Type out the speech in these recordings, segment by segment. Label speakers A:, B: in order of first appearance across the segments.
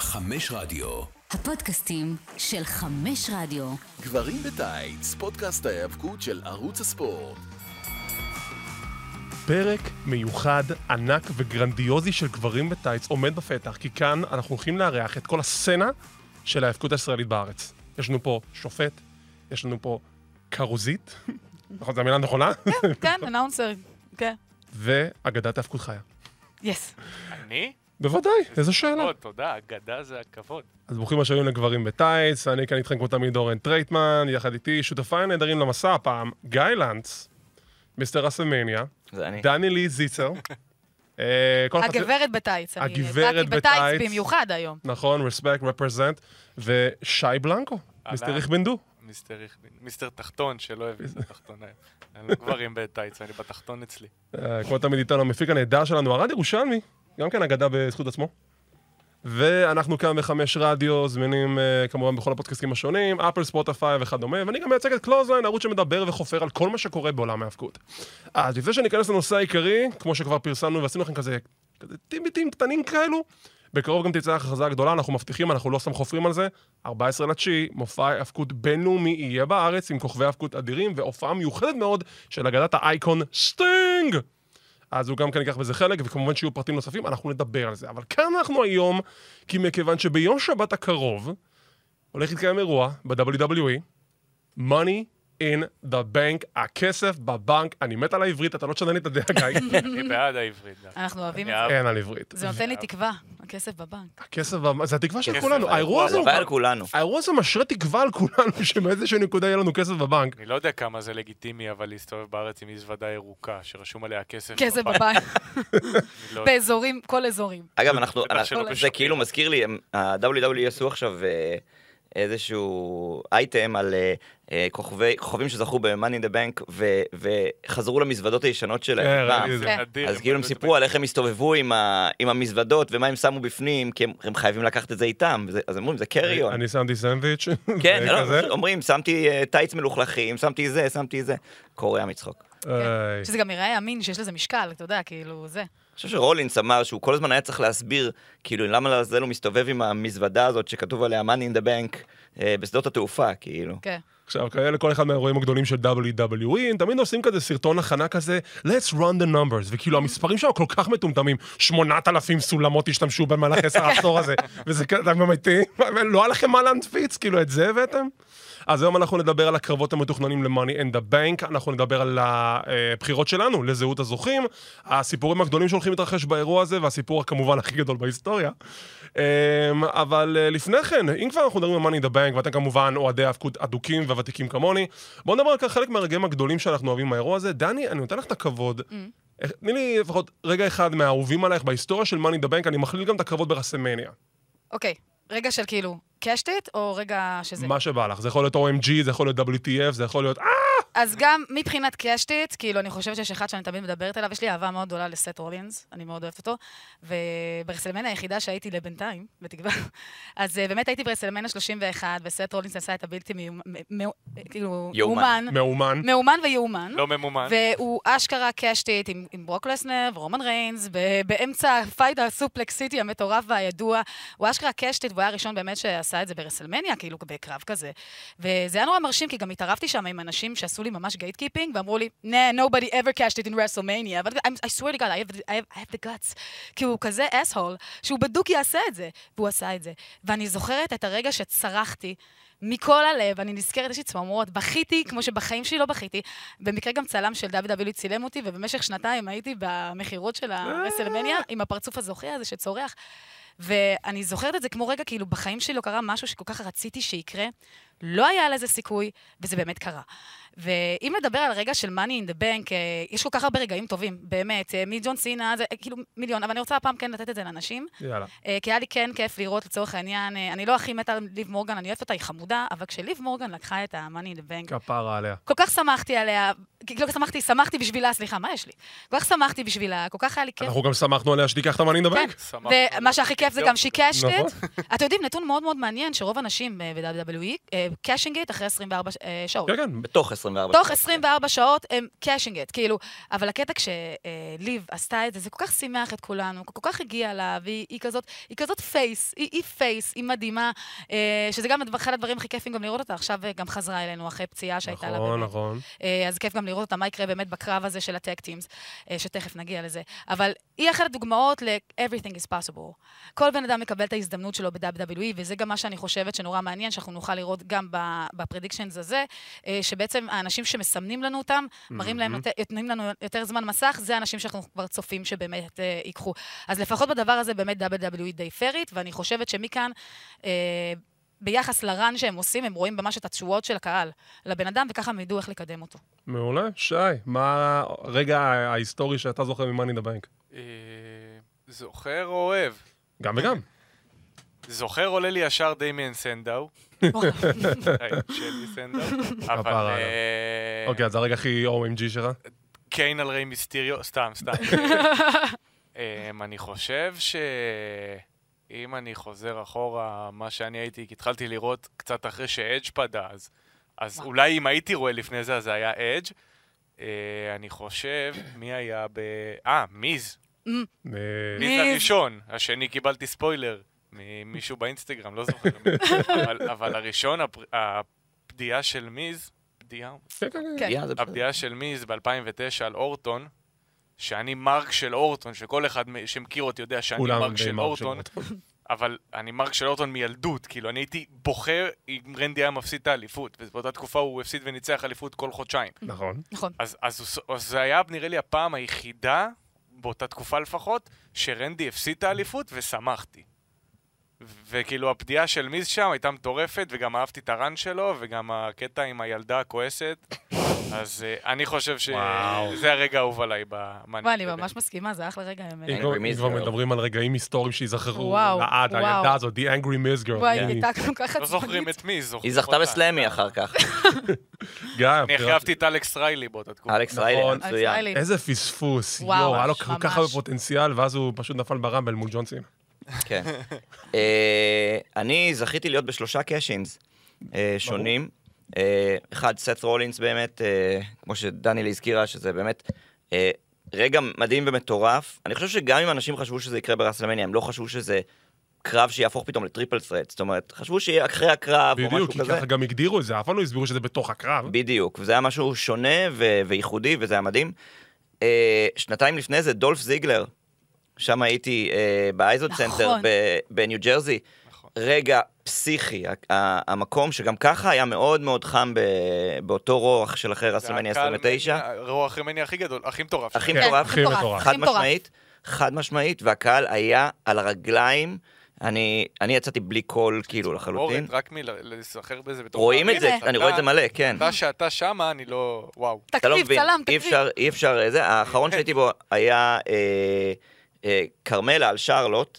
A: חמש רדיו.
B: הפודקאסטים של חמש רדיו.
C: גברים בטייץ, פודקאסט ההיאבקות של ערוץ הספורט.
D: פרק מיוחד, ענק וגרנדיוזי של גברים בטייץ עומד בפתח, כי כאן אנחנו הולכים לארח את כל הסצנה של ההאבקות הישראלית בארץ. יש לנו פה שופט, יש לנו פה כרוזית, נכון, זו המילה הנכונה?
E: כן, אנאונסר, כן.
D: ואגדת האבקות חיה.
E: יס.
F: אני?
D: בוודאי, איזו שאלה.
F: לא, תודה, אגדה זה הכבוד.
D: אז ברוכים השבים לגברים בטייץ, אני כאן איתכם כמו תמיד אורן טרייטמן, יחד איתי שותפיי הנהדרים למסע הפעם, גיא לנץ, מיסטר אסמניה,
G: זה אני.
D: דני לי זיצר. אה, כל אחד-
E: הגברת בטייץ. אני
D: הגברת
E: באתי
D: בטייץ.
E: בטייץ במיוחד היום.
D: נכון, respect, represent, ושי בלנקו, מיסטר ריכבנדו.
F: מיסטר ריכבין, מיסטר תחתון שלא הביא את התחתון היום. אני לא גברים בטייץ, אני בתחתון אצלי.
D: אה, כמו תמיד איתנו המפיק הנהדר שלנו, ערד ירושלמי, גם כן אגדה בזכות עצמו. ואנחנו כאן בחמש רדיו, זמינים אה, כמובן בכל הפודקאסטים השונים, אפל, ספוטפיי וכדומה, ואני גם מייצג את קלוזליין, ערוץ שמדבר וחופר על כל מה שקורה בעולם ההאבקות. אז לפני שניכנס לנושא העיקרי, כמו שכבר פרסמנו ועשינו לכם כזה, כזה טימביטים קטנים כאלו, בקרוב גם תצא הכרזה גדולה, אנחנו מבטיחים, אנחנו לא סתם חופרים על זה. 14 לתשיעי, מופע האבקות בינלאומי יהיה בארץ עם כוכבי האבקות אדירים, והופעה מיוחדת מאוד של אגדת האייקון סטינג! אז הוא גם כן ייקח בזה חלק, וכמובן שיהיו פרטים נוספים, אנחנו נדבר על זה. אבל כאן אנחנו היום, כי מכיוון שביום שבת הקרוב הולך להתקיים אירוע ב-WWE, Money in the Bank, הכסף בבנק, אני מת על העברית, אתה לא תשנה לי את הדעה, גיא.
F: אני בעד העברית גם.
E: אנחנו אוהבים
F: אני
E: את זה.
F: אהב-
D: אין על עברית.
E: זה נותן לי תקווה, הכסף בבנק.
D: הכסף בבנק, זה התקווה של
F: כסף,
D: כולנו, האירוע הזה הוא
G: הלוואי על כולנו.
D: האירוע הזה משרה תקווה על כולנו שמאיזושהי נקודה יהיה לנו כסף בבנק.
F: אני לא יודע כמה זה לגיטימי, אבל להסתובב בארץ עם מזוודה ירוקה, שרשום עליה כסף.
E: כסף
F: בבנק.
E: בבנק.
F: אני לא-
E: באזורים, כל אזורים.
G: אגב,
D: לא-
G: אנחנו,
F: בטח שלא
G: אנחנו- זה
F: בשופט.
G: כאילו מזכיר לי, הם- ה-WWE עשו עכשיו אה, איזשהו אייטם על אה, אה, כוכבי- כוכבים שזכו ב-Money in the Bank ו- וחזרו למזוודות הישנות
D: כן,
G: שלהם. פעם.
D: ראיתי את זה.
E: כן.
F: נדיר,
G: אז כאילו הם
F: באמת
G: סיפרו על איך הם הסתובבו עם ה- עם המזוודות ומה הם שמו בפנים, כי הם- הם חייבים לקחת את זה איתם. וזה- אז הם אומרים, זה קריון.
D: אני שמתי סנדוויץ'.
G: כן,
D: וכזה.
G: לא, פשוט אומרים, שמתי אה, טייץ מלוכלכים, שמתי זה, שמתי זה. קורע מצחוק.
D: איי.
E: שזה גם יראה אמין שיש לזה משקל, אתה יודע, כאילו, זה.
G: אני חושב שרולינס אמר שהוא כל הזמן היה צריך להסביר, כאילו, למה לעזאזל הוא מסתובב עם המזוודה הזאת שכתוב עליה money in the bank אה, בשדות התעופה, כאילו.
E: כן.
D: עכשיו, כאלה כל אחד מהאירועים הגדולים של WWE, הם תמיד עושים כזה סרטון הכנה כזה, let's run the numbers, וכאילו המספרים שם כל כך מטומטמים, 8,000 סולמות השתמשו במהלך עשר העשור הזה, וזה כזה, אתם גם איתי, לא היה לכם מה להנפיץ, כאילו את זה הבאתם? אז היום אנחנו נדבר על הקרבות המתוכננים ל-Money and the Bank, אנחנו נדבר על הבחירות שלנו לזהות הזוכים, הסיפורים הגדולים שהולכים להתרחש באירוע הזה, והסיפור כמובן הכי גדול בהיסטוריה. אמ, אבל אה, לפני כן, אם כבר אנחנו מדברים על Money in the Bank, ואתם כמובן אוהדי האבקות אדוקים וותיקים כמוני, בואו נדבר על כך חלק מהרגעים הגדולים שאנחנו אוהבים מהאירוע הזה. דני, אני נותן לך את הכבוד.
E: Mm.
D: אה, תני לי לפחות רגע אחד מהאהובים עלייך בהיסטוריה של Money in the Bank, אני מכליל גם את הקרבות ברסמניה.
E: אוקיי, רגע של כאילו, קשטית, או רגע שזה...
D: מה שבא לך, זה יכול להיות OMG, זה יכול להיות WTF, זה יכול להיות... אה,
E: אז גם מבחינת קשטית, כאילו, אני חושבת שיש אחד שאני תמיד מדברת עליו, יש לי אהבה מאוד גדולה לסט רולינס, אני מאוד אוהבת אותו, וברסלמנה היחידה שהייתי לבינתיים, בתקווה, אז אה, באמת הייתי ברסלמנה 31, וסט רולינס עשה את הבלתי מיומן, מ- מ- כאילו,
G: יאומן.
E: מאומן,
D: מאומן.
E: מאומן ויאומן.
F: לא ממומן.
E: והוא אשכרה קשטית עם, עם ברוק לסנר ורומן ריינס, ב- באמצע הפייט הסופלקסיטי המטורף והידוע. הוא אשכרה קשטית, והוא היה הראשון באמת שעשה את זה ברסלמניה, כאילו בקרב כזה. וזה היה נורא מרשים, כי גם התערבתי שם עם אנשים שעשו לי ממש גייט קיפינג, ואמרו לי, nah, nobody ever cashed it in WrestleMania, אבל I'm- I swear to God, I have, the- I have, I have the guts. כי הוא כזה אסהול, שהוא בדוק יעשה את זה, והוא עשה את זה. ואני זוכרת את הרגע שצרחתי. מכל הלב, אני נזכרת, יש לי צמרמורות, בכיתי כמו שבחיים שלי לא בכיתי. במקרה גם צלם של דוד אבילי צילם אותי, ובמשך שנתיים הייתי במכירות של הרסלמניה, עם הפרצוף הזוכר הזה שצורח. ואני זוכרת את זה כמו רגע, כאילו בחיים שלי לא קרה משהו שכל כך רציתי שיקרה, לא היה לזה סיכוי, וזה באמת קרה. ואם נדבר על רגע של money in the bank, אה, יש כל כך הרבה רגעים טובים, באמת, אה, מג'ון סינה, זה אה, כאילו מיליון, אבל אני רוצה הפעם כן לתת את זה לאנשים.
D: יאללה.
E: אה, כי היה לי כן כיף לראות לצורך העניין, אה, אני לא הכי מתה על ליב מורגן, אני אוהבת אותה, היא חמודה, אבל כשליב מורגן לקחה את ה-Money in the Bank,
D: כפרה עליה.
E: כל כך שמחתי עליה, כאילו כל כך שמחתי, שמחתי בשבילה, סליחה, מה יש לי? כל כך שמחתי בשבילה, כל כך היה לי כיף.
D: אנחנו גם שמחנו עליה שתיקח את המאני
E: כן,
D: דבק.
F: שמחנו
E: ומה
F: עליה.
E: שהכי כיף זה גם שהיא
D: נכון.
E: אה, קשת. אתם יודעים, נתון מאוד מאוד מעניין, שרוב הנשים ב-WWE קאשינג איט אחרי 24 ש- אה, שעות.
D: כן, כן,
G: בתוך 24
E: תוך
G: שעות.
E: 24 שעות הם קאשינג את, כאילו, אבל הקטע כשליב עשתה את זה, זה כל כך שימח את כולנו, כל כך הגיע לה, והיא היא כזאת, היא כזאת פייס, היא, היא פייס, היא מדהימה, אה, שזה גם הדבר- אחד הדברים הכי כיפים גם לראות אותה, עכשיו אה, גם חזרה אלינו אחרי פציעה שהייתה לה.
D: נכון,
E: באמת.
D: נכון.
E: אה, אז כיף גם לראות אותה, מה יקרה באמת בקרב הזה של הטק טימס, אה, שתכף נגיע לזה. אבל היא אחת הדוגמאות ל-Everything is possible. כל בן אדם מקבל את ההזדמנות שלו ב-WWE, וזה גם מה שאני חושבת שנורא מעניין, שאנחנו נוכל לראות גם בפרדיקשנס הזה, אה, שבעצם האנשים שמסמנים לנו אותם, מראים להם, יותר- נותנים לנו יותר זמן מסך, זה האנשים שאנחנו כבר צופים שבאמת אה, ייקחו. אז לפחות בדבר הזה באמת WWE די פיירית, ואני חושבת שמכאן... אה, ביחס לרן שהם עושים, הם רואים ממש את התשואות של הקהל לבן אדם, וככה הם ידעו איך לקדם אותו.
D: מעולה. שי, מה הרגע ההיסטורי שאתה זוכר ממאני דה בנק?
F: אה, זוכר או אוהב?
D: גם וגם.
F: זוכר עולה לי ישר דמיאן סנדאו. היי, שלי סנדאו. אבל...
D: כפרה עליו.
F: אה,
D: אוקיי, אז זה הרגע הכי OMG שלך?
F: קיין על ריי מיסטיריו, סתם, סתם. אמ, אני חושב ש... אם אני חוזר אחורה, מה שאני הייתי, כי התחלתי לראות קצת אחרי שאדג' פדה, אז, אז אולי אם הייתי רואה לפני זה, אז זה היה אדג'. אה, אני חושב, מי היה ב... אה, מיז.
D: אה,
F: מיז
E: מיז.
F: הראשון, השני קיבלתי ספוילר ממישהו באינסטגרם, לא זוכר. מי. אבל, אבל הראשון, הפר- הפדיעה של מיז, פדיעה,
D: כן, כן, כן.
G: שנייה, זה בסדר.
F: הפגיעה של מיז ב-2009 על אורטון, שאני מרק של אורטון, שכל אחד מ- שמכיר אותי יודע שאני
D: כולם
F: מרק
D: די
F: של
D: מרק של
F: אורטון, אבל אני מרק של אורטון מילדות, כאילו, אני הייתי בוכה אם רנדי היה מפסיד את האליפות, ובאותה תקופה הוא הפסיד וניצח אליפות כל חודשיים.
D: נכון.
E: נכון.
F: אז, אז, הוא ס- אז זה היה נראה לי הפעם היחידה, באותה תקופה לפחות, שרנדי הפסיד את האליפות ושמחתי. ו- וכאילו הפדיעה של מיז שם הייתה מטורפת, וגם אהבתי את הרן שלו, וגם הקטע עם הילדה הכועסת. אז uh, אני חושב
D: וואו.
F: שזה הרגע האהוב עליי במאני.
E: וואי, אני ממש מסכימה, זה אחלה רגע. האמת.
D: אם
G: Angry
D: כבר-
G: Miss
D: אם כבר
G: Girl.
D: מדברים על רגעים היסטוריים שיזכרו
E: וואו,
D: לעד,
E: וואו.
D: הילדה הזאת, The Angry Miss Girl.
E: וואי,
D: כן.
E: היא הייתה כל כך עצבנית.
F: לא זוכרים את מי, זוכרים
G: היא זכתה
F: אותה.
G: בסלאמי אחר כך.
E: נכון.
D: גיא,
F: אני הכי אהבתי את אלכס ריילי באותה תקופה.
G: אלכס ריילי,
D: נכון.
E: אלכס
G: מצוין.
E: ריילי.
D: איזה פספוס,
E: וואו,
D: יואו, היה לו
E: ממש,
D: כל כך הרבה
E: ממש.
D: פוטנציאל, ואז הוא פשוט נפל ברמבל מול ג'ון סינה.
G: כן. אה, אני זכיתי להיות בשלושה קאשינס שונים. אה, אחד, סט רולינס באמת, אה, כמו שדניאל הזכירה, שזה באמת אה, רגע מדהים ומטורף. אני חושב שגם אם אנשים חשבו שזה יקרה ברסלמניה, הם לא חשבו שזה קרב שיהפוך פתאום לטריפל סרט. זאת אומרת, חשבו שיהיה אחרי הקרב או
D: בדיוק,
G: משהו
D: כי
G: כזה.
D: ככה גם הגדירו את זה, אף פעם לא הסבירו שזה בתוך הקרב.
G: בדיוק, וזה היה משהו שונה ו- וייחודי, וזה היה מדהים. אה, שנתיים לפני זה, דולף זיגלר, שם הייתי אה, באייזוד
E: נכון.
G: סנטר ב- בניו ג'רזי.
F: נכון.
G: רגע פסיכי, ה- ה- המקום שגם ככה היה מאוד מאוד חם ב- באותו רוח של אחרי
F: זה
G: רסלמניה
F: הקהל
G: 29.
F: מניה- רוח המניה הכי גדול, הכי מטורף.
G: הכי
D: כן,
G: מטורף.
D: הכי מטורף.
G: חד משמעית, חד משמעית, והקהל היה על הרגליים. אני, אני יצאתי בלי קול, כאילו, לחלוטין.
F: אורן, רק מלהיסחר בזה בתור...
G: רואים את
F: מאמין,
G: זה,
F: אתה-
G: אני רואה את זה מלא, כן.
F: אתה שאתה שמה, אני לא... וואו.
G: אתה לא
E: תקריב,
G: מבין,
E: צלם,
G: אי
E: תקריב.
G: אפשר, אי אפשר, אה, זה, האחרון שהייתי בו היה אה, אה, כרמלה על שרלוט.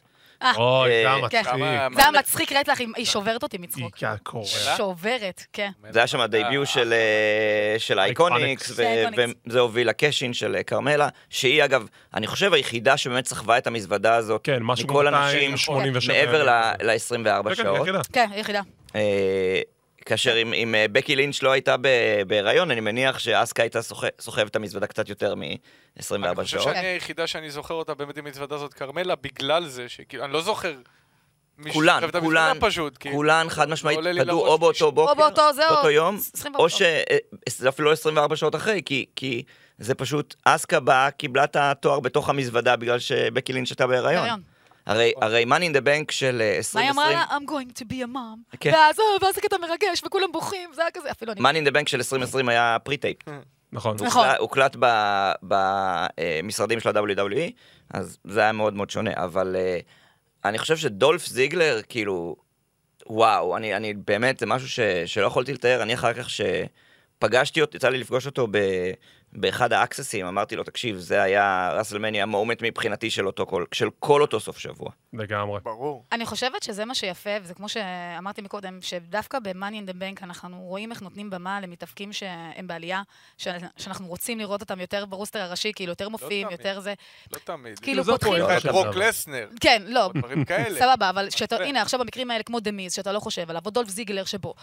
D: אוי,
G: אה,
D: כמה
E: כן.
D: מצחיק.
F: כמה-
E: זה היה מצחיק רצח, היא- היא שוברת אותי
D: היא
E: מצחוק.
D: קורה.
F: שאלה?
E: שוברת, כן.
G: זה היה שם הדייביו של, אה, של אייקוניקס,
E: של אייקוניקס.
G: וזה הוביל לקשין של אה, כרמלה, שהיא אגב, אני חושב היחידה שבאמת סחבה את המזוודה הזאת,
D: כן, משהו
G: מכל
D: כמו
G: הנשים,
D: 287.
G: מעבר
D: כן,
G: ל-24
D: כן,
G: שעות.
D: יחידה.
E: כן, יחידה.
G: אה, כאשר אם, אם אה, בקי לינץ' לא הייתה ב- בהיריון, אני מניח שאסקה הייתה סוחב- סוחבת את המזוודה קצת יותר
F: אני
G: מ-24
F: חושב
G: שעות.
F: שאני היחידה שאני זוכר אותה באמת עם המזוודה הזאת, כרמלה, בגלל זה שכאילו, אני לא זוכר. מישהו
G: כולן,
F: שכתב את המזוודה
G: כולן,
F: פשוט, כאילו.
G: כולן חד משמעית
F: עולה לי
G: כדור
F: לראש
G: או באותו בוקר,
E: באותו- זה
G: באותו
E: או-
G: יום,
E: 24
G: או ש... אה, אה, אפילו לא 24 שעות אחרי, כי- כי זה פשוט, אסקה באה, קיבלה את התואר בתוך המזוודה בגלל שבקי לינץ' הייתה בהיריון.
E: בהיריון.
G: הרי הרי money in the bank של אה,
E: מה היא
G: 2020,
E: אמרה לה? I'm going to be a mom.
G: כן.
E: ואז אה, ואז זה קטע מרגש, וכולם בוכים, זה היה כזה, אפילו אני...
G: money in the bank של 2020 היה פרי-טייפ.
D: נכון.
E: נכון.
G: הוקלט במשרדים של ה-WWE, אז זה היה מאוד מאוד שונה, אבל אה, אני חושב שדולף זיגלר, כאילו, וואו, אני, אני באמת, זה משהו ש, שלא יכולתי לתאר, אני אחר כך שפגשתי אותו, יצא לי לפגוש אותו ב... באחד האקססים אמרתי לו, תקשיב, זה היה רסלמניה המומנט מבחינתי של אותו כל, של כל אותו סוף שבוע.
D: לגמרי.
F: ברור.
E: אני חושבת שזה מה שיפה, וזה כמו שאמרתי מקודם, שדווקא ב-Money in the Bank אנחנו רואים איך נותנים במה למתאבקים שהם בעלייה, ש- שאנחנו רוצים לראות אותם יותר ברוסטר הראשי, כאילו
F: לא
E: יותר מופיעים,
F: תמיד.
E: יותר זה.
F: לא תמיד.
E: כאילו
D: זה
E: פותחים...
D: הפואנטה.
F: יש לך את
D: עכשיו
F: רוק
D: אבל.
F: לסנר,
E: כן, לא,
F: או דברים כאלה.
E: סבבה, אבל שאתה,
F: מצחיק.
E: הנה, עכשיו במקרים האלה, כמו דמיז, שאתה לא חושב עליו, או דולף זיגלר שבו.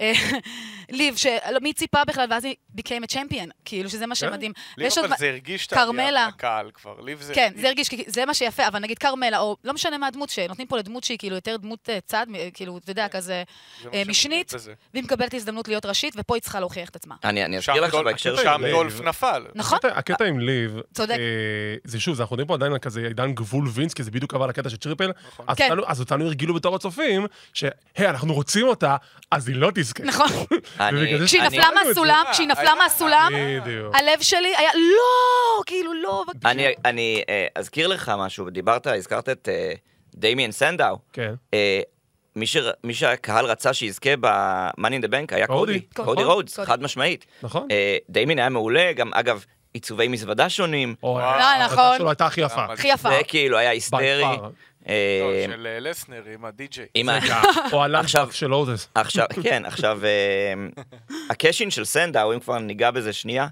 E: אה, ליב, שמי ציפה בכלל, ואז היא became a champion, כאילו, שזה מה שמדהים.
F: לי
E: ויש עוד
F: אבל
E: מה-
F: כן? זה הרגיש את
E: כרמלה.
F: העלייה מהקהל כבר. לי זה...
E: כן, זה הרגיש, כי זה מה שיפה, אבל נגיד כרמלה, או לא משנה מה הדמות, שנותנים פה לדמות שהיא כאילו יותר דמות אה, צד, מ- כאילו, אתה יודע, כזה
F: כן. זה מה
E: אה,
F: שמדהים
E: משנית,
F: בזה.
E: והיא מקבלת הזדמנות להיות ראשית, ופה היא צריכה להוכיח את עצמה.
G: אני, אני
F: שם
G: אזכיר לך
F: דול-
G: שבהקשר של...
F: שם
D: לייב-
F: דולף נפל.
E: נכון?
D: הקטע- הקטע עם ליב,
E: צודק.
D: אה, זה שוב, זה- אנחנו יודעים פה עדיין על כזה עידן גבול וינס, כי זה בדיוק עבר לקטע של צ'ריפל,
G: נכון.
D: אז
E: כן.
D: אותנו- אז אותנו הרגילו בתור הצופים, שהי, אנחנו רוצים אותה, אז היא לא תזכה.
E: נכון.
G: אני-
D: ובגלל זה
E: כשהיא
G: אני-
E: נפלה
D: ראינו את זה.
E: מהסולם, אה, כשהיא נפלה
F: היה-
E: מהסולם,
F: אה,
D: בדיוק.
E: הלב שלי היה, לא, כאילו, לא, בבקשה."
G: אה, אני, אני אה, אזכיר לך משהו, דיברת, הזכרת את אה, דמיאן סנדאו.
D: כן.
G: אה, מי, ש, מי שהקהל רצה שיזכה ב-Money in the Bank
D: קודי.
G: היה קודי,
E: קודי,
G: קודי
E: נכון,
G: רודס,
E: קודי.
G: חד משמעית.
D: נכון.
G: אה, דיימין היה מעולה, גם אגב, עיצובי מזוודה שונים,
D: או,
F: לא,
D: ההחלטה
E: נכון.
D: שלו הייתה הכי יפה.
E: הכי יפה.
G: זה כאילו היה היסטרי.
D: far.
G: אה,
F: לא, של אה, לסנר עם הדי-ג'יי.
G: עם ה-
D: או הלנדסק
G: עכשיו-
D: של אודס.
G: עכשיו, כן, עכשיו, אה, הקשין של סנדאו, אם כבר ניגע בזה שנייה,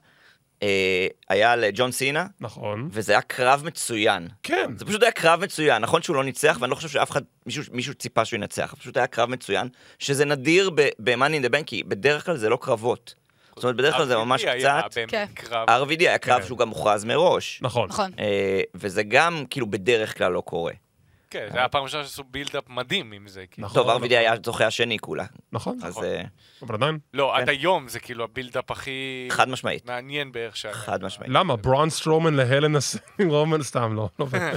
G: אה, היה לג'ון סינה,
D: נכון.
G: וזה היה קרב מצוין.
D: כן.
G: זה פשוט היה קרב מצוין, נכון שהוא לא ניצח, ואני לא חושב שאף אחד, מישהו, מישהו ציפה שהוא ינצח, פשוט היה קרב מצוין, שזה נדיר ב-Money in the Bank, כי בדרך כלל זה לא קרבות. זאת אומרת, בדרך כלל זה ממש
F: RVD היה
G: קצת...
F: באמת
E: כן.
F: קרב.
G: RVD היה קרב
D: כן.
G: שהוא גם מוכרז מראש.
D: נכון.
E: נכון.
G: אה, וזה גם, כאילו, בדרך כלל לא קורה.
F: כן, זה היה הפעם הראשונה שעשו בילדאפ מדהים עם זה. כאילו.
D: נכון.
G: טוב, RVD היה זוכה השני כולה,
D: נכון.
G: אז אה,
D: אבל עדיין.
F: לא, עד
G: כן.
F: היום זה כאילו הבילדאפ הכי
G: חד משמעית,
F: מעניין בערך שהיה.
G: חד משמעית.
D: למה? ברון סטרומן להלן הסמי רומן? סתם, לא. לא באמת.